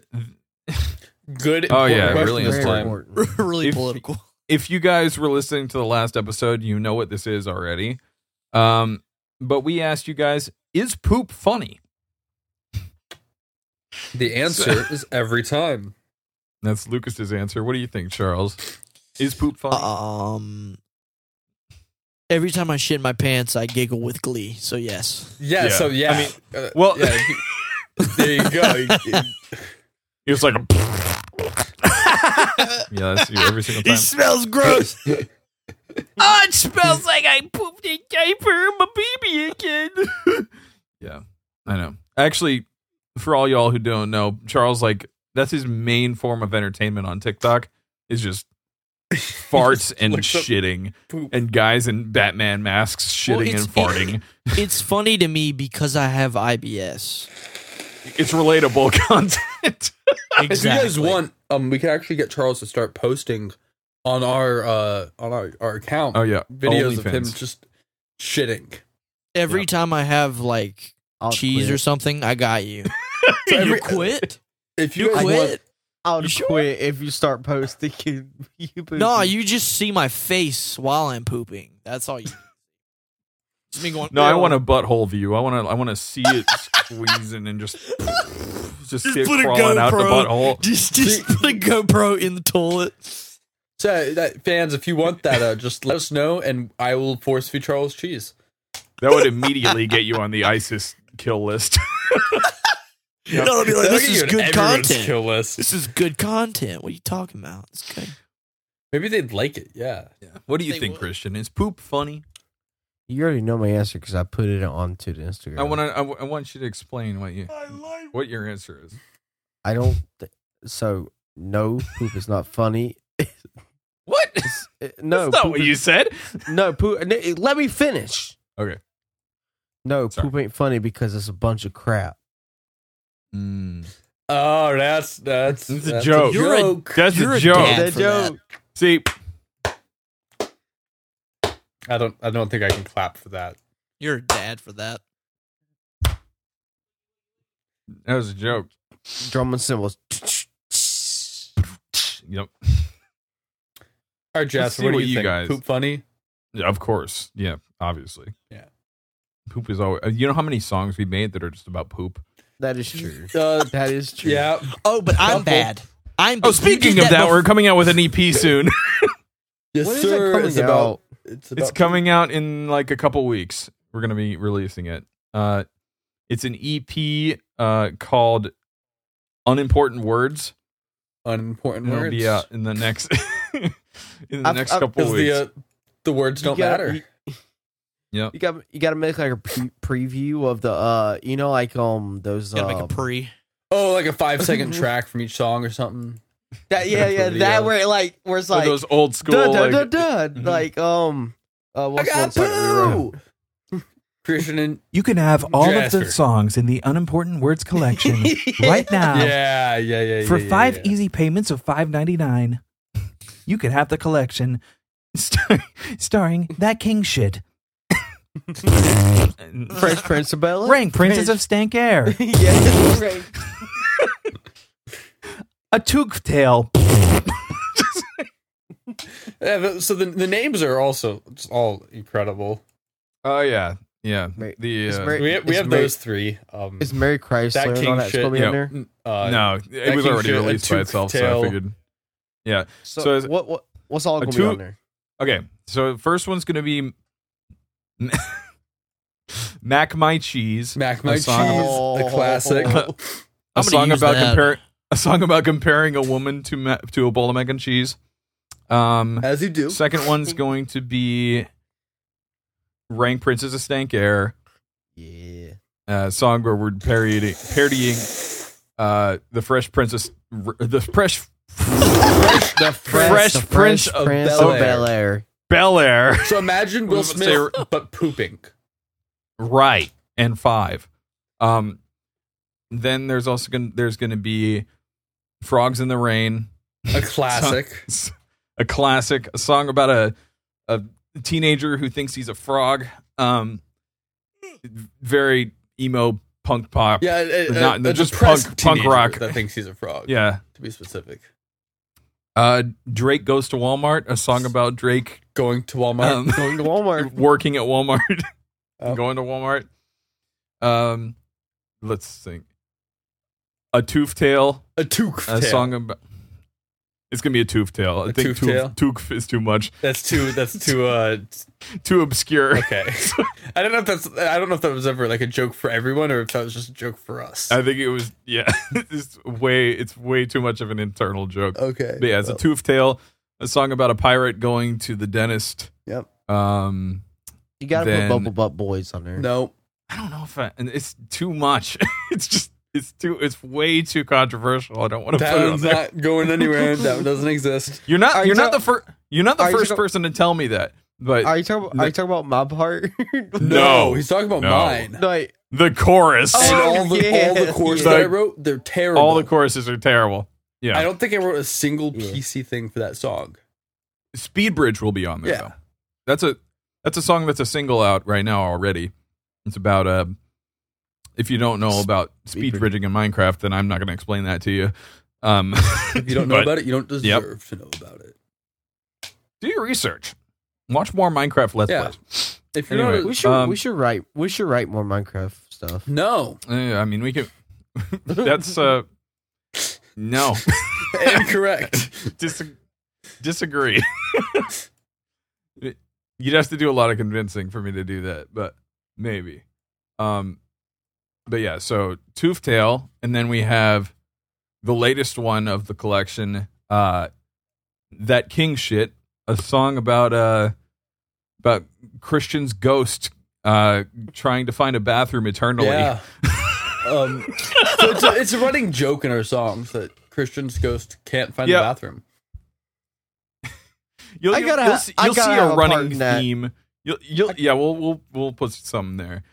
Good. Oh, important yeah, question really this Very important. time. important. really If- political. if you guys were listening to the last episode, you know what this is already. Um, but we asked you guys, is poop funny? The answer is every time. That's Lucas's answer. What do you think, Charles? Is poop funny? Um, every time I shit my pants, I giggle with glee. So yes, Yeah, Yeah. So yeah. I mean, uh, well- yeah, you- there you go. It's like a. yeah, that's you every single time. smells gross. oh, it smells like I pooped a diaper. I'm a baby again. Yeah, I know. Actually, for all y'all who don't know, Charles like that's his main form of entertainment on TikTok is just farts and looks up- shitting, Poop. and guys in Batman masks Well, shitting it's- and farting. It's funny to me because I have IBS. it's relatable content. If you guys want, um, we can actually get Charles to start posting on our uh on our, our account oh yeah, videos of him OnlyFans. just shitting. Every Yep. time I have like I'll cheese or quit. something, I got you. So you every- quit? If you, You guys want, quit? I'll You sure? quit if you start posting. You, you No, pooping. you just see my face while I'm pooping. That's all you. Just me going. No, I want a butthole view. I want to. I want to see it squeezing and just just see it put a crawling out the GoPro. butthole. Just, just put a GoPro in the toilet. so, that, fans, if you want that, uh, just let us know, and I will force feed Charles cheese. That would immediately get you on the ISIS kill list. No, it'll be like That'll this get is you on good everyone's content. Kill list. This is good content. What are you talking about? It's good. Maybe they'd like it. Yeah. What do you They think, would. Christian? Is poop funny? You already know my answer because I put it onto the Instagram. I want to. I, w- I want you to explain what you what your answer is. I don't. Th- so no, poop is not funny. What? Uh, No, That's not poop what is- you said. no poop. n- eh, Let me finish. Okay. No, Sorry. poop ain't funny because it's a bunch of crap. Mm. Oh, that's that's It's a that's joke. You're a- That's You're a a joke. dad. That for that. joke. See, I don't I don't think I can clap for that. You're a dad for that. that was a joke. Drum and cymbals. Yep. All right, Jasper, see what do what you, you think? guys- Poop funny? Yeah, of course. Yeah, obviously. Yeah. Poop is always. uh, You know how many songs we made that are just about poop? That is true. Uh, That is true. yeah. Oh, but Couple. I'm bad. I'm. Oh, you speaking did of that, bef- we're coming out with an EP soon. Yes, When is sir. that coming it's about out? it's about it's coming out in like a couple weeks. We're gonna be releasing it. Uh, it's an EP uh called "Unimportant Words." unimportant It'll words. be uh, out in the next in the I've- next I've- couple Because weeks. the uh, the words You don't gotta- matter. You, Yep. You got you got to make like a pre- preview of the uh you know like um those Gotta make uh a pre. Oh, like a five second track from each song or something. that yeah yeah video. that where it like where it's One like of those old school. duh, duh, like, duh, duh, Mhm. like um uh what's I got one song that we wrote? poo. Christian and You can have all of the Jasper. songs in the unimportant words collection right now yeah, yeah, yeah, yeah. yeah, yeah. easy payments of five ninety nine. You could have the collection starring that king shit. French Prince of Bel Air. Rank Princess of Stank Air. yeah, right. A toque tail. Yeah, but- so the the names are also it's all incredible. Oh yeah, yeah. Wait, The it's uh, very- We have, we It's have very- those three. Um, Is Mary Chrysler That and king all that's shit, gonna be yeah. in there? uh, no, that it was king already shit, a released by toque itself, so tail. I figured. Yeah. So, So is- what what what's A all gonna two- be on there? Okay. So the first one's gonna be Mac My Cheese. Mac My A Cheese, song- the classic. A I'm gonna song use about that. compar- a song about comparing a woman to ma- to a bowl of mac and cheese. Um, As you do. second one's going to be Rank Princess of Stank Air, Yeah. uh, song where we're parodying, parodying uh, the Fresh Princess, the Fresh The Fresh the Prince of Bel-Air. Air. Bel Air. So imagine We Will were gonna Smith but pooping. Right. and five. Um, then there's also going there's going to be frogs in the rain, A classic. a classic, a song about a a teenager who thinks he's a frog. Um, very emo punk pop. yeah, a, a, Not- a just depressed punk- punk teenager rock. that thinks he's a frog. yeah. to be specific. Uh, Drake goes to Walmart, a song about Drake Going to Walmart. um, Going to Walmart. working at Walmart, Oh. going to Walmart. Um, let's think. A toof tale, a toque. a song about. It's gonna be a toof tale. I A think toof tale? toof, toof is too much, That's too. That's too. Uh, too obscure. okay. I don't know if that's. I don't know if that was ever like a joke for everyone or if that was just a joke for us. I think it was yeah. it's way it's way too much of an internal joke. okay. But yeah, it's a toof tale, a song about a pirate going to the dentist. Yep. Um, You got to put Then- Bubble Butt Boys on there. no. I don't know if I, and it's too much. it's just it's too it's way too controversial. I don't want to put That it on one's there. not going anywhere. That one doesn't exist. You're not Are you're you not tell- the first you're not the are you first tell- person to tell me that. But Are you talking? About, are you talking about Mob Heart? no, he's talking about No. mine. like, the chorus, And Oh, all the all the yeah, chords yeah. that I The- wrote, they're terrible. all the choruses are terrible. Yeah, I don't think I wrote a single Yeah. PC thing for that song. Speed Bridge will be on there Yeah. though. That's a that's a song that's a single out right now already. It's about uh if you don't know about speed, bridge. bridging in Minecraft, then I'm not going to explain that to you. Um, If you don't know But about it, you don't deserve Yep. to know about it. do your research. Watch more Minecraft Let's Yeah. Plays. If you're Anyway. we should Um, we should write we should write more Minecraft stuff. not, no, Uh, I mean, we can. that's uh, no, incorrect. Dis- disagree. You'd have to do a lot of convincing for me to do that, but maybe. Um, but yeah, so Toof Tale, and then we have the latest one of the collection, uh, that King shit, a song about uh about Christian's ghost uh trying to find a bathroom eternally. yeah. um, so it's, a, it's a running joke in our songs that Christian's ghost can't find Yeah. the bathroom. You'll, I you'll- gotta you'll ha- see, I you'll gotta see have a a part running in that. theme. You'll, you'll, yeah, we'll we'll we'll put some there.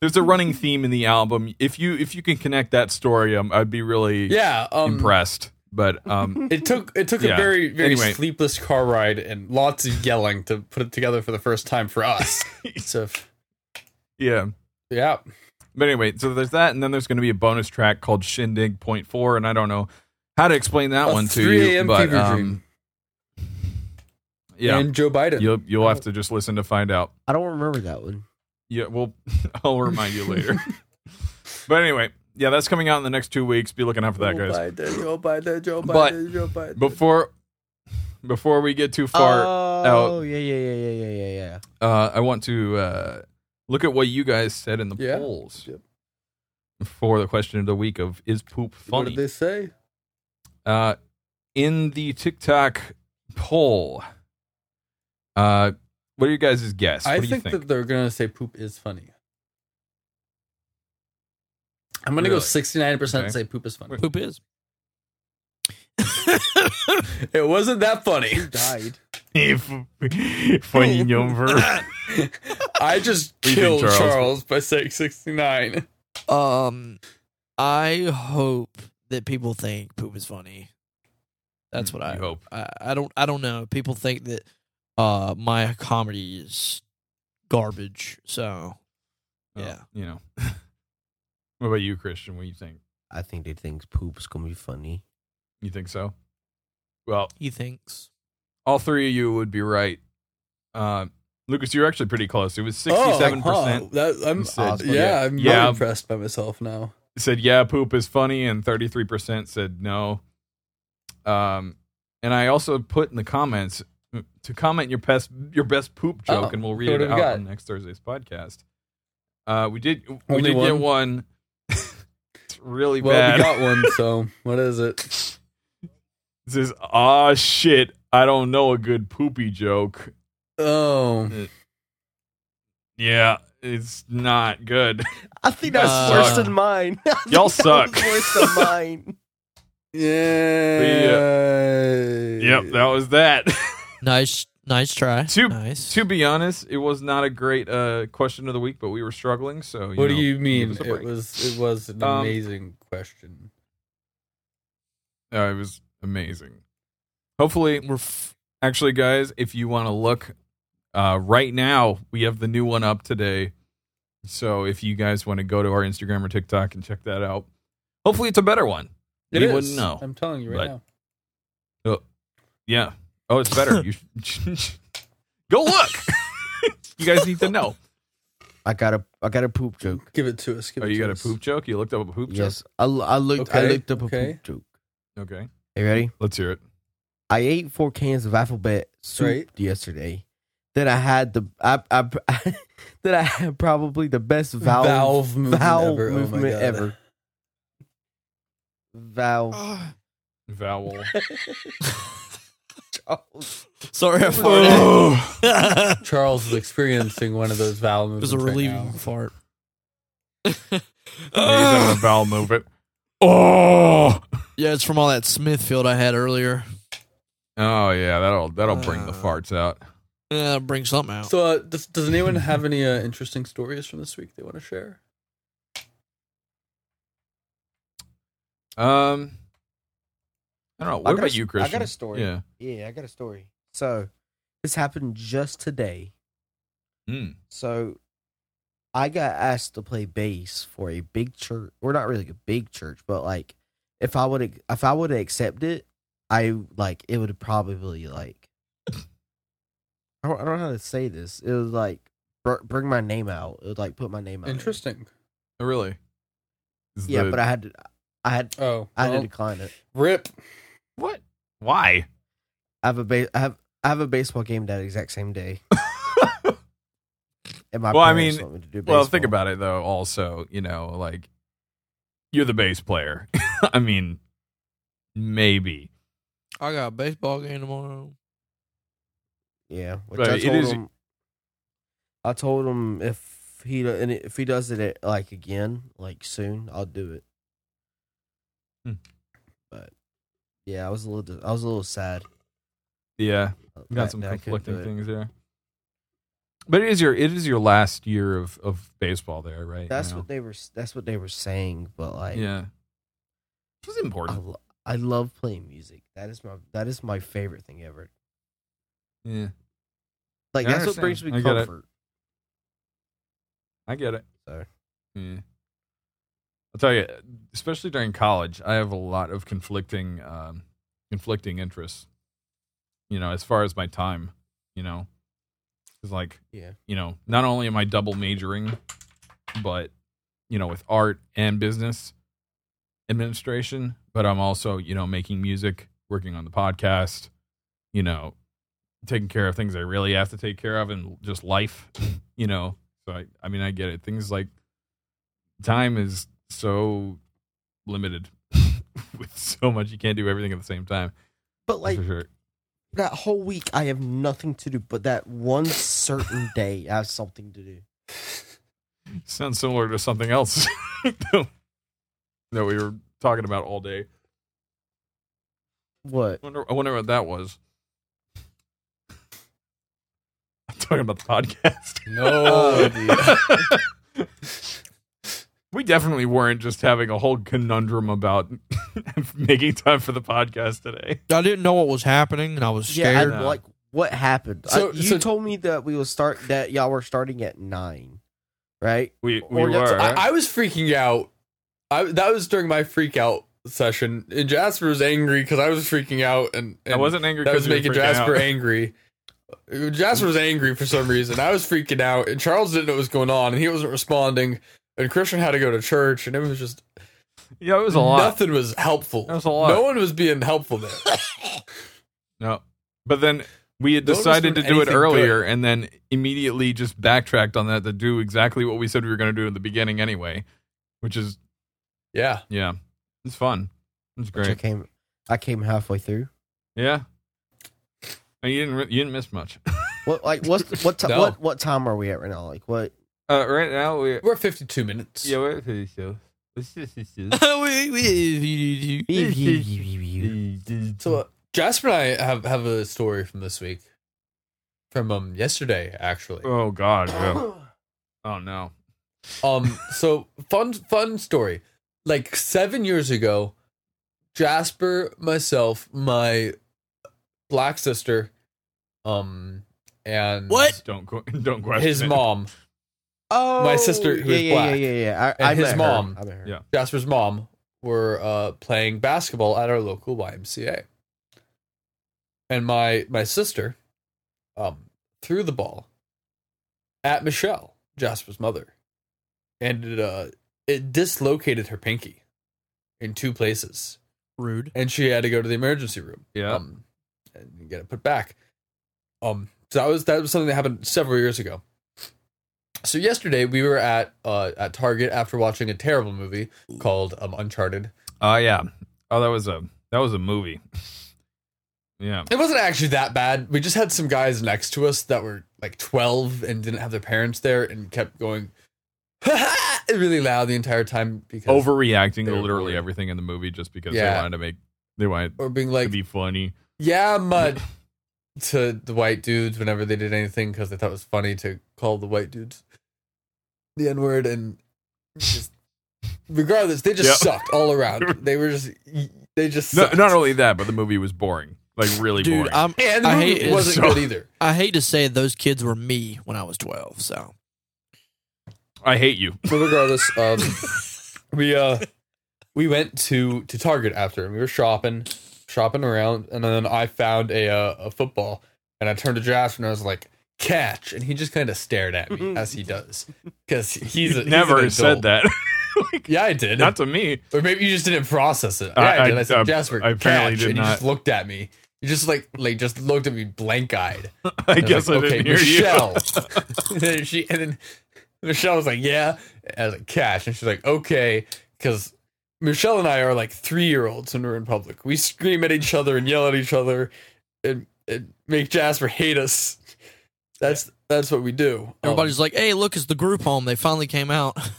There's a running theme in the album. If you if you can connect that story, um, I'd be really Yeah, um, impressed. But um, It took it took Yeah. a very very Anyway. sleepless car ride and lots of yelling to put it together for the first time for us. so if- yeah. yeah, But anyway, so there's that, and then there's going to be a bonus track called Shindig Point Four, and I don't know how to explain that A one to 3 you. a.m. But fever um, dream. yeah, and Joe Biden. you'll you'll Oh. have to just listen to find out. I don't remember that one. Yeah, well, I'll remind you later. but anyway, yeah, that's coming out in the next two weeks. Be looking out for that, Joe guys. Biden, Joe Biden, Joe But- Biden, Joe Biden. before before we get too far, oh yeah yeah yeah yeah yeah yeah yeah. uh, I want to uh, look at what you guys said in the Yeah. polls Yep. for the question of the week of is poop what did funny? they say? Uh, in the TikTok poll, uh, what are you guys' guess? I what do think, you that they're gonna say poop is funny. I'm gonna go Really? 69 percent Okay. say poop is funny. Wait. Poop is. It wasn't that funny. Who died? if funny number. I just Leave killed in Charles. Charles. by saying 69. um, I hope that people think poop is funny. That's what I Hmm, You hope. I, I don't I don't know. People think that uh my comedy is garbage. So Oh, Yeah. you know. what about you, Christian? What do you think? I think they think poop's gonna be funny. You think so? Well, he thinks. all three of you would be right. Uh, Lucas, you're actually pretty close. It was 67% Oh, that, I'm, You said- yeah, I'm Yeah. really impressed by myself now. said, yeah, poop is funny, and 33% said no. Um, and I also put in the comments uh, to comment your best, your best poop joke, Oh, and we'll so read what it do out we got? on next Thursday's podcast. Uh, we did, we Only did get one? one. it's really Well, bad. we got one, so what is it? It says, ah, shit, I don't know a good poopy joke. Oh, Yeah, it's not good. I think that's Uh, worse than mine. I think Y'all that was suck. Worse than mine. yeah. Yep, that was that. Nice Nice try. To- nice. To be honest, it was not a great uh, question of the week, but we were struggling. So you What do know, you give mean? us a It break. was it was an Um, amazing question. Uh, it was amazing. Hopefully, We're f- actually, guys, if you want to look uh, right now, we have the new one up today. So if you guys want to go to our Instagram or TikTok and check that out, hopefully it's a better one. It you is. wouldn't know. I'm telling you but- right now. Yeah. Oh, it's better. you should- go look. you guys need to know. I got a I got a poop joke. Give it to us. Give Oh, it you to got a us. poop joke? You looked up a poop Yes, I, l- I looked I Okay, looked up a okay. poop joke. joke? Okay. Are you ready? Let's hear it. I ate four cans of alphabet soup Right. yesterday. Then I had the I, I, then I had probably the best valve valve, valve movement ever. Oh my movement God. ever. Valve. Ah. Vowel. Sorry, I farted. oh. it Charles is experiencing one of those valve movements. was a right relieving now. fart. He's having a vowel movement. Oh. yeah, it's from all that Smithfield I had earlier. Oh yeah, that'll that'll bring the Uh. farts out. Yeah, bring something out. So, uh, does, does anyone have any uh, interesting stories from this week they want to share? Um, I don't know. I What got about a- you, I got a Christian? story. Yeah. Yeah, I got a story. So this happened just today. Mm. So I got asked to play bass for a big church. Or not really a big church, but like if I would if I would accept it, I like it would probably like I don't, I don't know how to say this. It was like br- bring my name out. It would like put my name out. there. Interesting. Oh, really? Is Yeah, the- but I had to I had Oh, I had well, to decline it. rip. what? Why? I have a ba- I have I have a baseball game that exact same day. and my Well, I parents mean, want me to do Well, think baseball. about it though. Also, you know, like you're the bass player. I mean, maybe. I got a baseball game tomorrow. Yeah, which Right, I it told is- him. I told him if he do- and if he does it at, like again, like soon, I'll do it. Hmm. But yeah, I was a little dis- I was a little sad. Yeah, Got got some conflicting things there. But it is your it is your last year of of baseball there, right? That's now. what they were. That's what they were saying. But like, yeah. It was I, important. lo- I love playing music. That is my that is my favorite thing ever. yeah, Like I that's what brings understand. me I get it. comfort. I get it. So Yeah. I'll tell you, especially during college, I have a lot of conflicting um conflicting interests. You know, as far as my time, you know. Cuz like, Yeah. you know, not only am I double majoring, but you know, with art and business administration, but I'm also, you know, making music, working on the podcast, you know, taking care of things I really have to take care of and just life, you know. So I I mean, I get it. Things like time is so limited with so much you can't do everything at the same time But That's like for sure. that whole week, I have nothing to do. But that one certain day, I have something to do. sounds similar to something else that we were talking about all day What? I wonder, I wonder what that was i'm talking about the podcast No. Uh, we definitely weren't just having a whole conundrum about making time for the podcast today I didn't know what was happening, and I was Yeah, scared. and now. like what happened? I- So- you so- told me that we will start that y'all were starting at nine, right? we, we Or that's- were I, I was freaking out. I, that was during my freak out session, and Jasper was angry because I was freaking out, and, and I wasn't angry that was because making Jasper angry. Jasper was angry for some reason. I was freaking out, and Charles didn't know what was going on, and he wasn't responding. And Christian had to go to church, and it was just yeah it was a lot nothing was helpful. That was a lot. No one was being helpful there. No. But then we had No one was decided to doing do it anything earlier and then immediately just backtracked on that to do exactly what we said we were going to do in the beginning anyway, which is, yeah, yeah, it's fun. It's Which I great. came, I came halfway through. Yeah. And you didn't, re- you didn't miss much. What like what's the- what ti- No. what what time are we at right now? Like what? Uh, right now, we we're at fifty-two minutes. yeah, we're at the show. It's just- it's just- We- we- That's uh, So uh, Jasper and I have have a story from this week. from um yesterday actually. Oh God. yeah. Oh no. Um, so fun, fun story. Like seven years ago, Jasper, myself, my black sister, um, and What? Don't qu- don't question his it. mom, Oh, My sister who yeah, is yeah, black. Yeah, yeah, yeah. I, And I his met her. mom. I met her. Yeah. Jasper's mom, were uh playing basketball at our local YMCA, and my my sister, um, threw the ball at Michelle, Jasper's mother, and it uh it dislocated her pinky in two places. Rude. and she had to go to the emergency room. Yeah. Um, and get it put back. Um, so that was that was something that happened several years ago. So yesterday we were at uh at Target after watching a terrible movie called um Uncharted. Oh yeah. Oh, that was a that was a movie. yeah. It wasn't actually that bad. We just had some guys next to us that were like 12 and didn't have their parents there and kept going really loud the entire time because Overreacting they to were literally bored. everything in the movie just because they Yeah. wanted to make they wanted or being to like be funny. Yeah, mud to the white dudes whenever they did anything because they thought it was funny to call the white dudes the N word and just regardless, they just Yeah. sucked all around. They were just they just No, sucked. not only that, but the movie was boring. Like really Dude, boring. I'm, and the I movie hate it. wasn't So- good either. I hate to say those kids were me when I was 12. So I hate you. But regardless, um, we uh we went to to Target after and we were shopping, shopping around, and then I found a uh, a football, and I turned to Josh and I was like, "Catch!" and he just kind of stared at me as he does because You've he's a, he's an Mm-hmm. never said adult. that. Like, Yeah, I did. Not to me. or maybe you just didn't process it. Yeah, I- I, did. I- I said, I- "Jasper, I apparently catch," did and you just not. looked at me. You just like like just looked at me blank eyed. I guess I didn't hear Michelle. and then she and then Michelle was like, "Yeah," as a catch, and she's like, "Okay," because Michelle and I are like three year olds when we're in public. We scream at each other and yell at each other, and, and make Jasper hate us. That's that's what we do. Um, everybody's like, hey, look, it's the group home. They finally came out.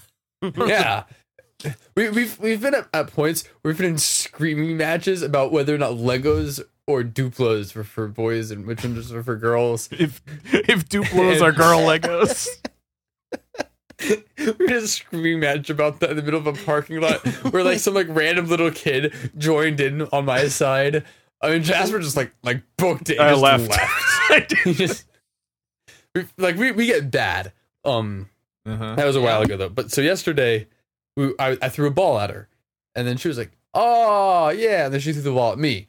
Oh, yeah. We, we've we've been at, at points where we've been in screaming matches about whether or not Legos or Duplos were for boys and which ones were for girls. you. If if Duplos are girl Legos, We were in a screaming match about that in the middle of a parking lot where like some like random little kid joined in on my side. I mean Jasper just like like booked it. and I just left. I He did. just we, like we, we get bad. Um Uh-huh. That was a while ago though. But so yesterday, we, I, I threw a ball at her, and then she was like, "Oh yeah," and then she threw the ball at me,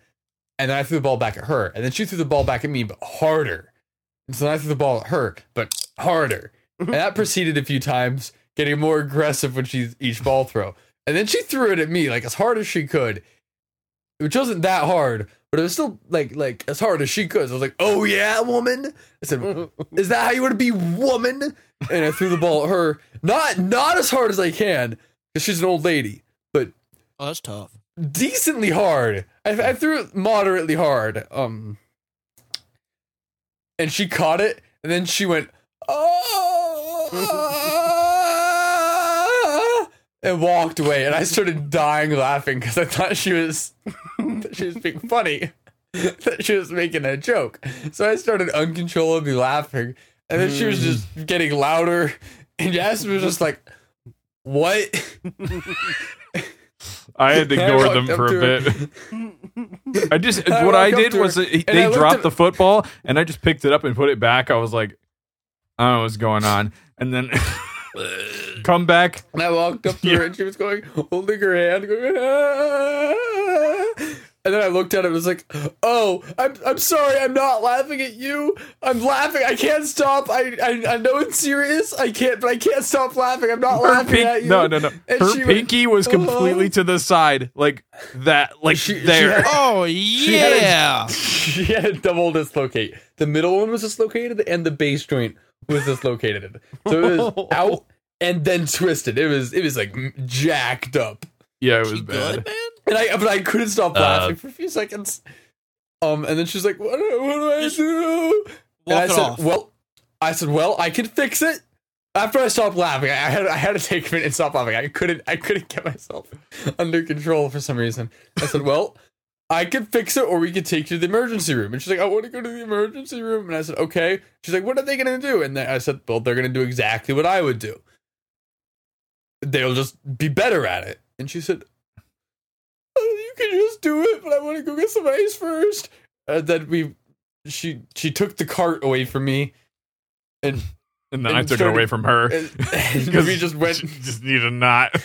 and then I threw the ball back at her, and then she threw the ball back at me, but harder. And so then I threw the ball at her, but harder. And that proceeded a few times, getting more aggressive when she each ball throw. And then she threw it at me like as hard as she could, which wasn't that hard, but it was still like like as hard as she could. So I was like, "Oh yeah, woman." I said, "Is that how you want to be, woman?" And I threw the ball at her, not not as hard as I can, because she's an old lady, but Oh, that's tough. decently hard. I, I threw it moderately hard. Um, and she caught it, and then she went, "Oh!" and walked away. And I started dying laughing because I thought she was that she was being funny, that she was making a joke. So I started uncontrollably laughing, and then she was just getting louder. And Jasmine was just like, "What?" I had to I ignore walked them up for to a her. bit. I just I what I walked up did to her, was that he- and I they looked dropped at- the football and I just picked it up and put it back. I was like, I don't know what's going on, and then come back. And I walked up to her and she was going, holding her hand, going, "Ah." and then I looked at it and was like, oh, I'm, I'm sorry, I'm not laughing at you. I'm laughing. I can't stop. I, I, I know it's serious. I can't, but I can't stop laughing. I'm not Her laughing at pink, you. no, no, no. And she Her went, pinky was completely "Oh." to the side, like that, like She- she there. had- Oh, had a- yeah. she had a double dislocate. The middle one was dislocated and the base joint was dislocated. So it was out and then twisted. It was, it was like jacked up. yeah, it was She bad. good, man? And I but I couldn't stop laughing for a few seconds. Um, and then she's like, "What? do- What do I do?" and Walk I it said, off. "Well, I said, well, I can fix it." After I stopped laughing, I had I had to take a minute and stop laughing. I couldn't I couldn't get myself under control for some reason. I said, "Well, I could fix it or we could take you to the emergency room. And she's like, I want to go to the emergency room. And I said, okay. She's like, what are they going to do? And then I said, well, they're going to do exactly what I would do. They'll just be better at it. And she said, "Uh, you can just do it, but I want to go get some ice first. And then we, she, she took the cart away from me and, And then And I took it started- away from her and, and we just went she just need a knot.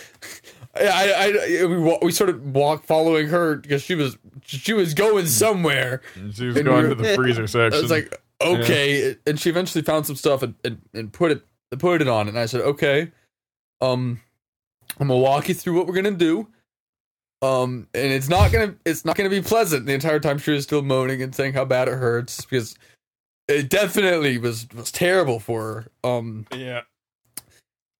I, I, I we wa- we started walk following her because she was she was going somewhere. And she was And going we to were- the freezer section. I was like, okay, and she eventually found some stuff and, and, and put it put it on, and I said, okay, um, I'm gonna walk you through what we're gonna do, um, and it's not gonna it's not gonna be pleasant. The entire time she was still moaning and saying how bad it hurts because it definitely was was terrible for her. Um, yeah.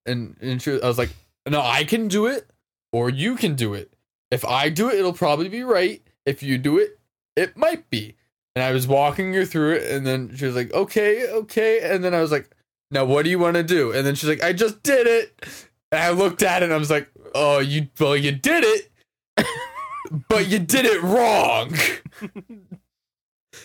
and and she, I was like, no, I can do it, or you can do it. If I do it, it'll probably be right. If you do it, it might be. And I was walking her through it, and then she was like, okay, okay, and then I was like, now what do you want to do? And then she's like, I just did it. And I looked at it, and I was like, oh, you well, you did it, but you did it wrong.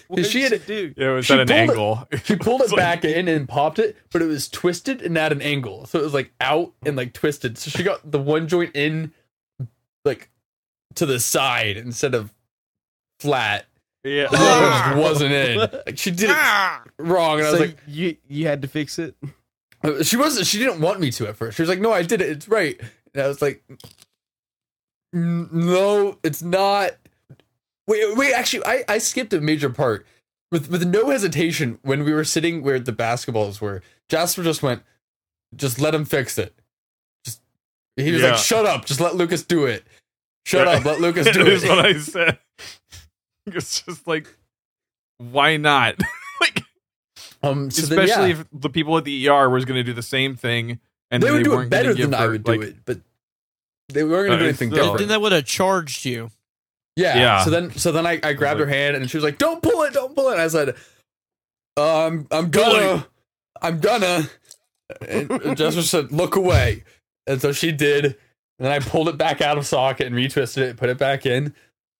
What she did had- do? Yeah, it was She at an pulled it- angle. She pulled It's it like- back in and popped it, but it was twisted and at an angle. So it was like out and like twisted. So she got the one joint in like to the side instead of flat. Yeah. The other one just wasn't in. Like she did it wrong. And I so was like, you you had to fix it. uh, she wasn't she didn't want me to at first she was like no i did it it's right and i was like "N- no it's not wait wait actually i i skipped a major part with with no hesitation when we were sitting where the basketballs were jasper just went just let him fix it just he was Yeah. like shut up just let lucas do it shut Yeah. up let lucas That do is it what I said. It's just like, why not? like, um so then, especially yeah. if the people at the ER was going to do the same thing, and they, would do it weren't gonna better give than i her, would do like- it but they weren't going Uh, to do anything still- different Then they would have charged you. Yeah. Yeah. So then, so then I, I grabbed her hand and she was like, "Don't pull it, don't pull it." And I said, "Um, I'm gonna, I'm gonna." And Jasper said, "Look away," and so she did. And then I pulled it back out of socket and retwisted it, and put it back in,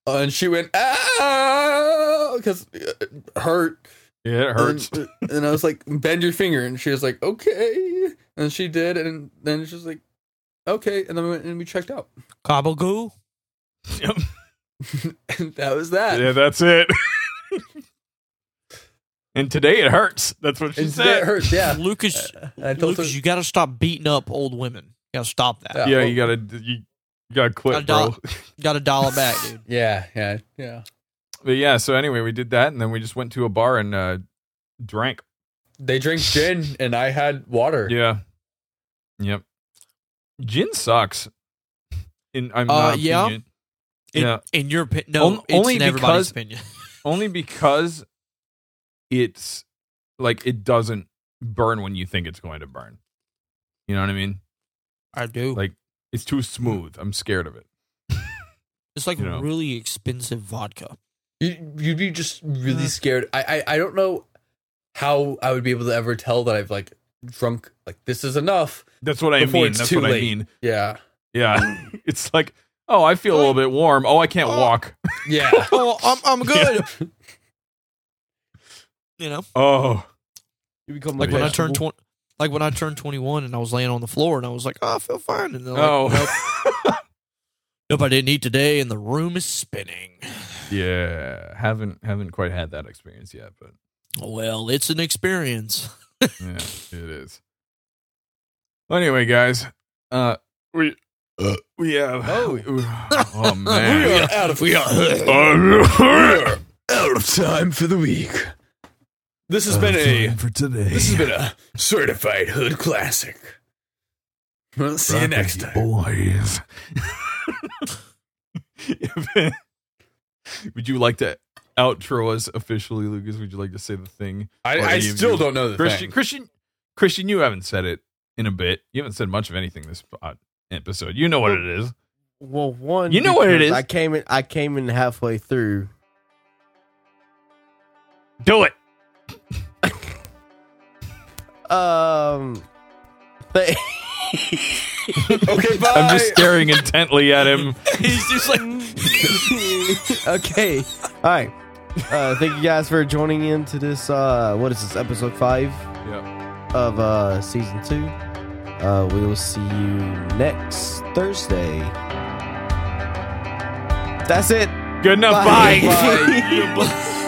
Uh, and she went ah because it hurt. Yeah, it hurts. And, uh, and I was like, "Bend your finger," and she was like, "Okay," and she did, and then she was like, "Okay," and then we went and we checked out, Cobble goo. and that was that. yeah, that's it. and today it hurts. That's what she And said. it hurts, yeah. Lucas, I told her- Lucas, you got to stop beating up old women. You got to stop that. Yeah. Yeah, you gotta you gotta I quit, bro. don't- Got to dial it back, dude. Yeah, yeah, yeah. But yeah, so anyway, we did that, and then we just went to a bar and uh drank. They drink gin, and I had water. Yeah. Yep. Gin sucks. In I'm Uh, not yeah. opinion. In, Yeah. in your opinion, no, On- it's only in because- everybody's opinion. Only because it's like it doesn't burn when you think it's going to burn. You know what I mean? I do. Like- It's too smooth. I'm scared of it. it's like you know. really expensive vodka. You, you'd be just really scared. I, I, I don't know how I would be able to ever tell that I've like drunk. Like this is enough. That's what I Before mean. it's That's too what I late. mean. Yeah, Yeah. it's like, oh, I feel a little bit warm. Oh, I can't Oh. walk. yeah. Oh, I'm I'm good. You know, Oh. You become Like like Yeah. when I turned twenty, like when I turned twenty one, and I was laying on the floor, and I was like, "Oh, I feel fine," and then like, Oh. nope, nope, I didn't eat today, and the room is spinning. yeah. Haven't haven't quite had that experience yet, but Well, it's an experience. yeah, it is. Well, anyway, guys, uh, we uh, we have oh, We man, are out of We are. out of time for the week. This has been a for today. this has been a certified hood classic. Well, see you next time. boys. Would you like to outro us officially, Lucas? Would you like to say the thing, I, I still don't know the Christian? thing. Christian, Christian, you haven't said it in a bit. You haven't said much of anything this uh, episode. You know what it is. Well, one. You know what it because is. I came in. I came in halfway through. Do it. Um. th- okay, bye. I'm just staring intently at him. He's just like, okay. All right. Uh, thank you guys for joining in to this. Uh, what is this? Episode five Yep. of uh, season two. Uh, we will see you next Thursday. That's it. Good enough. Bye. Bye. Bye. You bl-